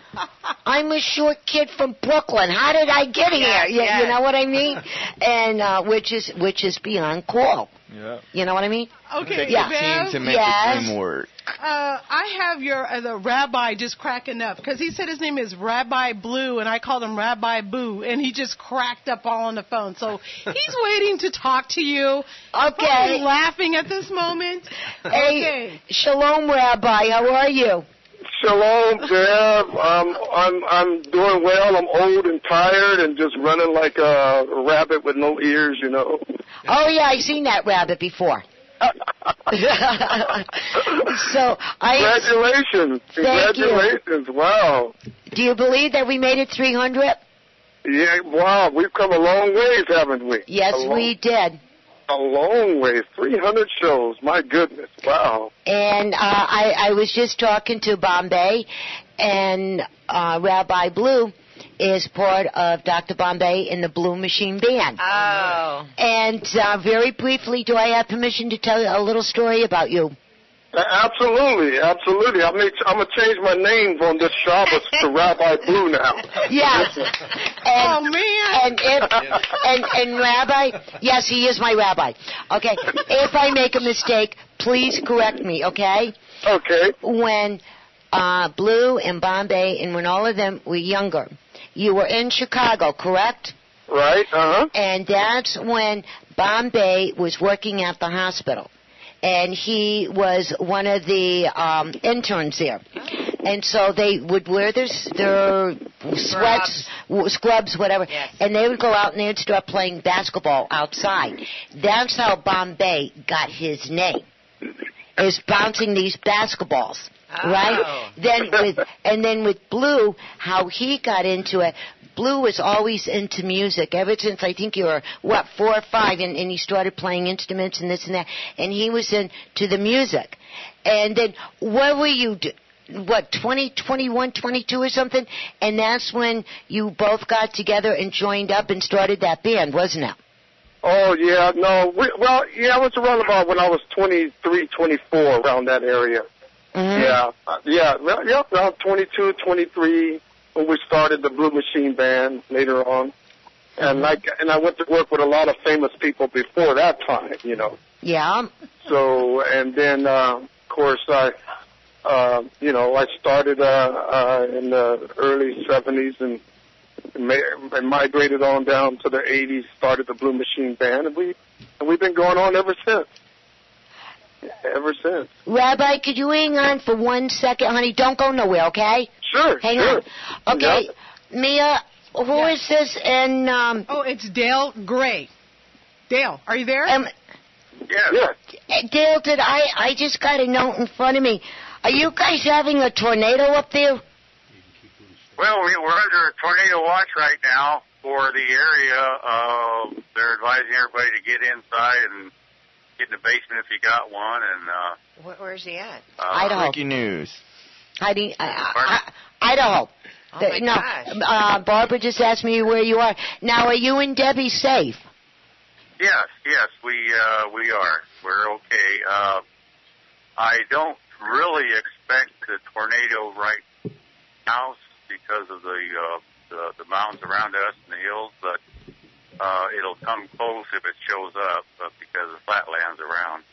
Speaker 14: I'm a short kid from Brooklyn. How did I get here?
Speaker 15: Yes,
Speaker 14: you,
Speaker 15: yes.
Speaker 14: you know what I mean? And, uh, which is, which is beyond cool.
Speaker 13: Yeah.
Speaker 14: You know what I mean?
Speaker 8: Okay,
Speaker 14: Yeah.
Speaker 8: Bev.
Speaker 13: Team to make
Speaker 14: Yes.
Speaker 13: the dream work.
Speaker 8: Uh, I have your uh, the rabbi just cracking up because he said his name is Rabbi Blue and I called him Rabbi Boo and he just cracked up all on the phone. So he's waiting to talk to you.
Speaker 14: Okay.
Speaker 8: Probably laughing at this moment.
Speaker 14: Hey, Shalom, Rabbi. How are you?
Speaker 24: Shalom, Bev. Um, I'm I'm doing well. I'm old and tired and just running like a rabbit with no ears, you know.
Speaker 14: Oh yeah, I've seen that rabbit before. so I.
Speaker 24: Congratulations.
Speaker 14: Thank you.
Speaker 24: Congratulations. Wow.
Speaker 14: Do you believe that we made it 300?
Speaker 24: Yeah, wow. We've come a long ways, haven't we?
Speaker 14: Yes,
Speaker 24: A long-
Speaker 14: we did.
Speaker 24: A long ways. 300 shows. My goodness. Wow.
Speaker 14: And uh, I, I was just talking to Bombay, and uh, Rabbi Blue is part of Dr. Bombay in the Blue Machine Band.
Speaker 15: Oh.
Speaker 14: And uh, very briefly, do I have permission to tell a little story about you?
Speaker 24: A- Absolutely, absolutely. I may, I'm gonna change my name on this Shabbos to Rabbi Blue now.
Speaker 14: Yes. And, oh man. And if and and Rabbi, yes, he is my rabbi. Okay. If I make a mistake, please correct me. Okay.
Speaker 24: Okay.
Speaker 14: When uh, Blue and Bombay and when all of them were younger, you were in Chicago, correct?
Speaker 24: Right. Uh huh.
Speaker 14: And that's when Bombay was working at the hospital. And he was one of the um, interns there. and so they would wear their s- their sweats, w- scrubs, whatever, and they would go out and they would start playing basketball outside. That's how Bombay got his name, is bouncing these basketballs. Right? Then with and then with Blue, how he got into it. Blue was always into music ever since I think you were what four or five, and, and he started playing instruments and this and that, and he was into the music. And then what were you? Do- what 20, 21, 22 or something? And that's when you both got together and joined up and started that band, wasn't it?
Speaker 24: Oh yeah, no. We, well, yeah, I was around about when I was twenty three, twenty four, around that area.
Speaker 25: Mm-hmm.
Speaker 24: Yeah, uh, yeah, well, yeah, around twenty two, twenty three, when we started the Blue Machine Band later on, and like, and I went to work with a lot of famous people before that time, you know.
Speaker 14: Yeah.
Speaker 24: So, and then, uh, of course, I, uh, you know, I started uh, uh, in the early 70s and, ma- and migrated on down to the 80s, started the Blue Machine Band, and, we, and we've been going on ever since. Ever since.
Speaker 14: Rabbi, could you hang on for one second, honey? Don't go nowhere, okay?
Speaker 24: Sure.
Speaker 14: Hang
Speaker 24: sure.
Speaker 14: on. Okay,
Speaker 24: Yep.
Speaker 14: Mia, who is this? And um.
Speaker 8: Oh, it's Dale Gray. Dale, are you there?
Speaker 24: yeah.
Speaker 14: Um, eh, Dale, did I? I just got a note in front of me. Are you guys having a tornado up there?
Speaker 25: Well, we, we're under a tornado watch right now for the area. Uh, they're advising everybody to get inside and get in the basement if you got one. And uh,
Speaker 15: Where, where's he at?
Speaker 25: uh,
Speaker 13: Breaking news.
Speaker 14: I mean, I, I, I, Idaho.
Speaker 15: Oh
Speaker 14: The-
Speaker 15: my
Speaker 14: no,
Speaker 15: gosh.
Speaker 14: Uh, Barbara just asked me where you are. Now, are you and Debbie safe?
Speaker 25: yes, yes, we uh, we are. We're okay. Uh, I don't really expect the tornado right now because of the uh, the, the mountains around us and the hills, but uh, it'll come close if it shows up, but because the flatlands around.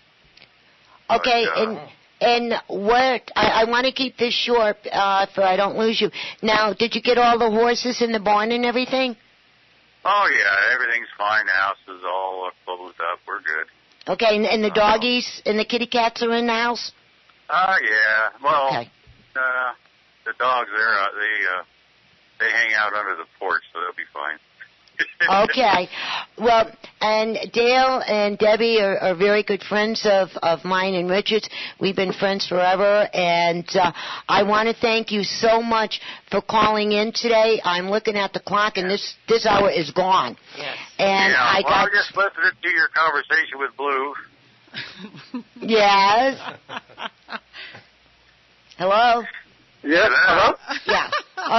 Speaker 14: Okay,
Speaker 25: But, uh,
Speaker 14: and and what? I, I want to keep this short uh, for I don't lose you. Now, did you get all the horses in the barn and everything?
Speaker 25: Oh yeah, everything's fine. The house is all uh, closed up. We're good.
Speaker 14: Okay, and, and the doggies and the kitty cats are in the house.
Speaker 25: Oh yeah. Well,
Speaker 14: Okay.
Speaker 25: uh, the dogs there. Uh, they uh, they hang out under the porch, so they'll be fine.
Speaker 14: okay. Well, and Dale and Debbie are, are very good friends of, of mine and Richard's. We've been friends forever, and uh, I want to thank you so much for calling in today. I'm looking at the clock, and this this hour is gone. Yes. And
Speaker 25: yeah.
Speaker 14: I
Speaker 25: well,
Speaker 14: got
Speaker 25: I just listened to your conversation with Blue.
Speaker 14: yes. Hello.
Speaker 24: Yeah. Hello?
Speaker 14: Yeah.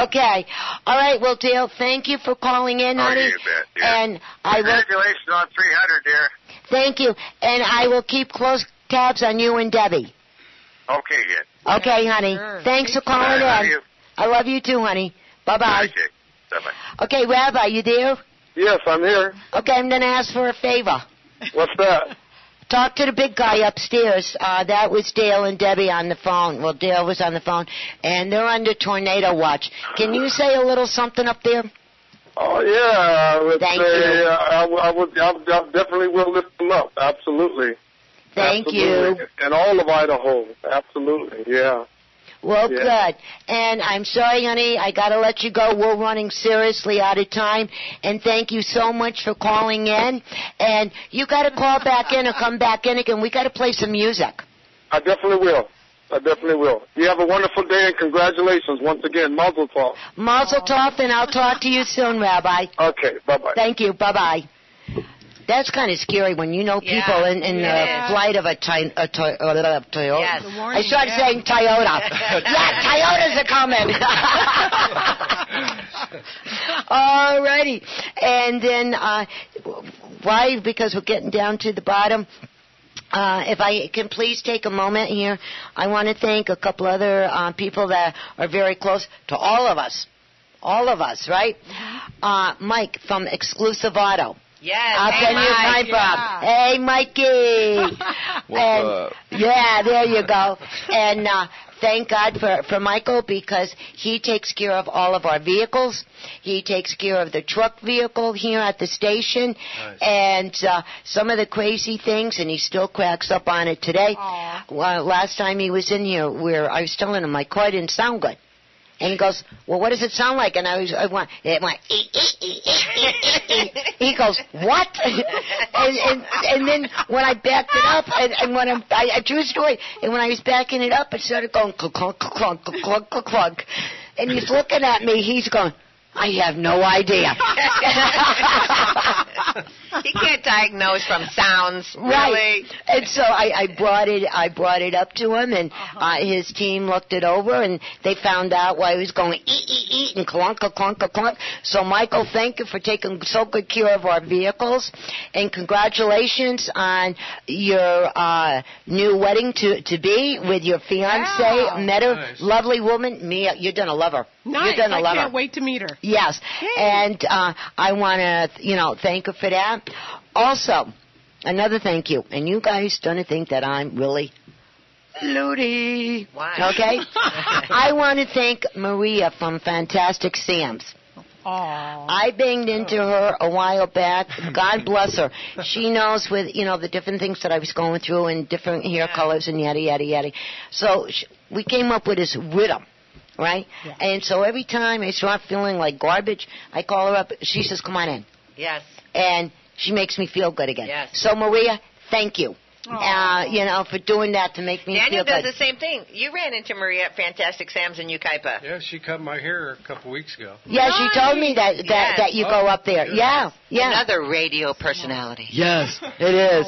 Speaker 14: Okay. All right. Well, Dale, thank you for calling in,
Speaker 25: Oh,
Speaker 14: honey.
Speaker 25: you bet, yeah.
Speaker 14: And I will.
Speaker 25: Congratulations on 300, dear.
Speaker 14: Thank you, and I will keep close tabs on you and Debbie.
Speaker 25: Okay, good.
Speaker 14: Okay, honey.
Speaker 25: sure.
Speaker 14: Thanks for
Speaker 25: Thank you.
Speaker 14: calling
Speaker 25: I love
Speaker 14: in.
Speaker 25: you.
Speaker 14: I love you too, honey. Bye bye.
Speaker 25: Bye bye.
Speaker 14: Okay, Rabbi, you there?
Speaker 24: Yes, I'm here.
Speaker 14: Okay, I'm going to ask for a favor.
Speaker 24: What's that?
Speaker 14: Talk to the big guy upstairs. Uh, that was Dale and Debbie on the phone. Well, Dale was on the phone, and they're under tornado watch. Can you say a little something up there?
Speaker 24: Oh yeah, I would
Speaker 14: Thank
Speaker 24: say
Speaker 14: you.
Speaker 24: uh, I, w- I would. I, I definitely will lift them up. Absolutely.
Speaker 14: Thank
Speaker 24: Absolutely.
Speaker 14: you.
Speaker 24: And all of Idaho. Absolutely. Yeah.
Speaker 14: Well,
Speaker 24: Yeah.
Speaker 14: good. And I'm sorry, honey, I gotta let you go. We're running seriously out of time. And thank you so much for calling in. And you gotta call back in or come back in again. We gotta play some music.
Speaker 24: I definitely will. I definitely will. You have a wonderful day and congratulations once again. Muzzle talk.
Speaker 14: Mazel tov, and I'll talk to you soon, Rabbi.
Speaker 24: Okay. Bye bye.
Speaker 14: Thank you. Bye bye. That's kind of scary when you know people in, in
Speaker 15: Yeah.
Speaker 14: the flight of a, ti- a, to- uh, a Toyota.
Speaker 15: Yes.
Speaker 14: I started saying Toyota. yeah, Toyotas are coming. All righty. And then, uh, why? Because we're getting down to the bottom. Uh, if I can please take a moment here, I want to thank a couple other uh, people that are very close to all of us. All of us, right? Uh, Mike from Exclusive Auto.
Speaker 15: Yes.
Speaker 14: Up
Speaker 15: hey,
Speaker 14: in your
Speaker 15: Mike.
Speaker 14: time, Bob. Hey, Mikey.
Speaker 13: What's
Speaker 14: And-
Speaker 13: up?
Speaker 14: Yeah, there you go. And uh, thank God for, for Michael because he takes care of all of our vehicles. He takes care of the truck vehicle here at the station and uh, some of the crazy things, and he still cracks up on it today. Well, last time he was in here, where I was telling him my car didn't sound good. And he goes, well, what does it sound like? And I was, I went, it went, "Eh, "Ee, ee, ee, ee, ee, ee." eh, he goes, what? and, and and then when I backed it up, and, and when I'm, I, I, true story, and when I was backing it up, it started going clunk, clunk, clunk, clunk, clunk, clunk. And he's looking at me, he's going, I have no idea.
Speaker 15: He can't diagnose from sounds, really.
Speaker 14: Right. And so I, I brought it I brought it up to him and
Speaker 8: Uh-huh.
Speaker 14: uh, his team looked it over and they found out why he was going eat eat eat and clunk a clunk a clunk. So Michael, thank you for taking so good care of our vehicles and congratulations on your uh, new wedding to to be with your fiance. Met her lovely woman. Mia, you're gonna love her.
Speaker 8: Nice.
Speaker 14: You're gonna
Speaker 8: I
Speaker 14: love
Speaker 8: can't
Speaker 14: her.
Speaker 8: wait to meet her.
Speaker 14: Yes, and uh, I want to, you know, thank her for that. Also, another thank you, and you guys don't think that I'm really Ludi.
Speaker 15: Why?
Speaker 14: okay. I want to thank Maria from Fantastic Sam's. I banged into her a while back. God bless her. She knows with you know the different things that I was going through and different hair colors and yada yada yada. So sh we came up with this rhythm, right? And so every time I start feeling like garbage, I call her up. She says, "Come on in,"
Speaker 15: Yes.
Speaker 14: and she makes me feel good again.
Speaker 15: Yes.
Speaker 14: So Maria, thank you. Uh, you know for doing that to make me
Speaker 15: Daniel
Speaker 14: feel
Speaker 15: does
Speaker 14: good.
Speaker 15: the same thing. You ran into Maria at Fantastic Sam's in Ukaipa.
Speaker 22: Yeah, she cut my hair a couple weeks ago. Oh,
Speaker 14: Yeah, she told me that that,
Speaker 15: Yes.
Speaker 14: that you go up
Speaker 15: Oh,
Speaker 14: there. Yeah, yeah.
Speaker 15: Another radio personality.
Speaker 14: Yes, it is.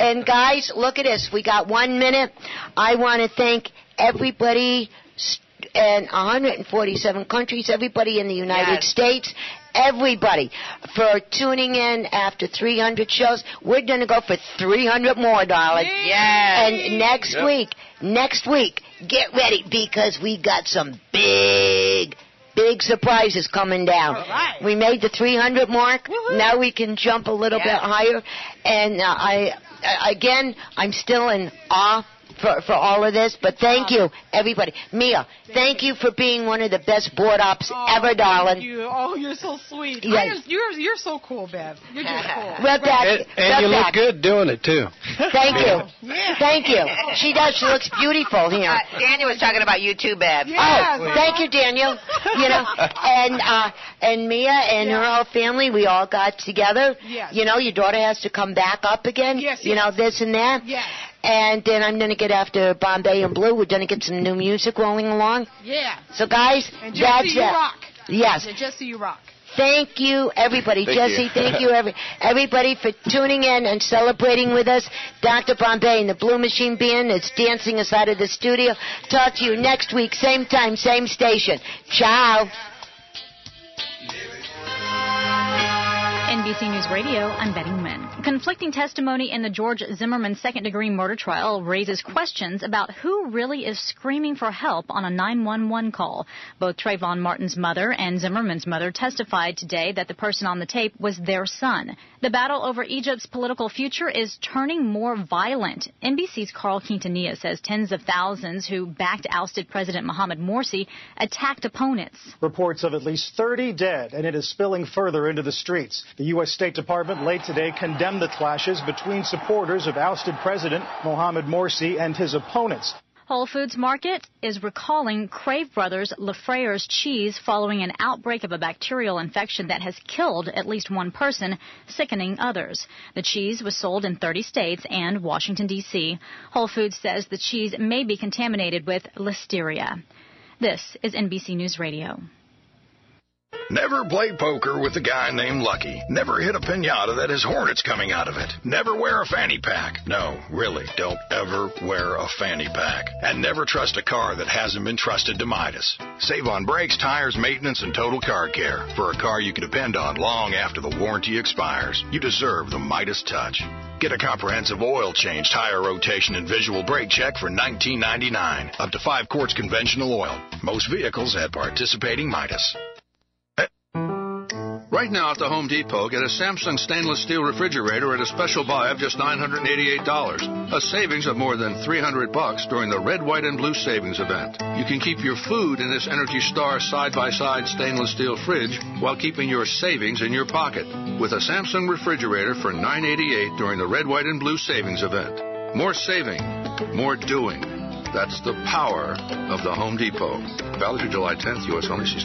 Speaker 14: And guys, look at this. We got one minute. I want to thank everybody s- in 147 countries, everybody in the United
Speaker 15: Yes.
Speaker 14: States, everybody for tuning in after 300 shows. We're going to go for 300 more, darling.
Speaker 15: Yes.
Speaker 14: And next
Speaker 15: Yep.
Speaker 14: week, next week, get ready because we got some big, big surprises coming down. We made the 300 mark. Now we can jump a little
Speaker 15: Yeah.
Speaker 14: bit higher. And uh, I, I- again, I'm still in awe. For, for all of this, but thank you, everybody. Mia, thank you for being one of the best board ops ever, darling.
Speaker 8: Thank you. Oh, you're so sweet.
Speaker 14: Yeah.
Speaker 8: I just- You're, you're so cool, Bev. You're just cool.
Speaker 14: Rub that.
Speaker 19: And, and
Speaker 14: rub
Speaker 19: you
Speaker 14: that.
Speaker 19: look good doing it too.
Speaker 14: Thank
Speaker 19: Yeah.
Speaker 14: you. Thank you. She does. She looks beautiful here.
Speaker 15: Uh, Daniel was talking about you too, Bev.
Speaker 14: oh, thank you, Daniel. You know, and uh, and Mia and her whole family, we all got together.
Speaker 15: Yes.
Speaker 14: You know, your daughter has to come back up again. Yes. You know, this and that.
Speaker 8: Yes.
Speaker 14: And then I'm gonna get after Bombay and Blue. We're gonna get some new music rolling along.
Speaker 8: Yeah.
Speaker 14: So guys,
Speaker 8: And
Speaker 14: that's
Speaker 8: Jesse,
Speaker 14: it.
Speaker 8: you rock.
Speaker 14: Yes.
Speaker 8: Yeah, Jesse, you rock.
Speaker 14: Thank you, everybody.
Speaker 8: Thank
Speaker 14: Jesse,
Speaker 8: you.
Speaker 14: thank you, every, everybody, for tuning in and celebrating with us. Dr. Bombay and the Blue Machine Band is dancing us out of the studio. Talk to you next week, same time, same station. Ciao.
Speaker 26: NBC News Radio, I'm Betty Nguyen. Conflicting testimony in the George Zimmerman second degree murder trial raises questions about who really is screaming for help on a 911 call. Both Trayvon Martin's mother and Zimmerman's mother testified today that the person on the tape was their son. The battle over Egypt's political future is turning more violent. NBC's Carl Quintanilla says tens of thousands who backed ousted President Mohamed Morsi attacked opponents.
Speaker 5: Reports of at least 30 dead, and it is spilling further into the streets. The U.S. State Department late today condemned the clashes between supporters of ousted President Mohamed Morsi and his opponents.
Speaker 26: Whole Foods Market is recalling Crave Brothers Lafreyere's cheese following an outbreak of a bacterial infection that has killed at least one person, sickening others. The cheese was sold in 30 states and Washington, D.C. Whole Foods says the cheese may be contaminated with listeria. This is NBC News Radio.
Speaker 4: Never play poker with a guy named Lucky. Never hit a pinata that has hornets coming out of it. Never wear a fanny pack. No, really, don't ever wear a fanny pack. And never trust a car that hasn't been trusted to Midas. Save on brakes, tires, maintenance, and total car care for a car you can depend on long after the warranty expires. You deserve the Midas touch. Get a comprehensive oil change, tire rotation, and visual brake check for $19.99. Up to five quarts conventional oil. Most vehicles at participating Midas. Right
Speaker 7: Right now at the Home Depot, get a Samsung stainless steel refrigerator at a special buy of just $988, a savings of more than 300 bucks during the red, white, and blue savings event. You can keep your food in this Energy Star side-by-side stainless steel fridge while keeping your savings in your pocket with a Samsung refrigerator for $988 during the red, white, and blue savings event. More saving, more doing. That's the power of the Home Depot. Valid through July 10th, U.S. only. See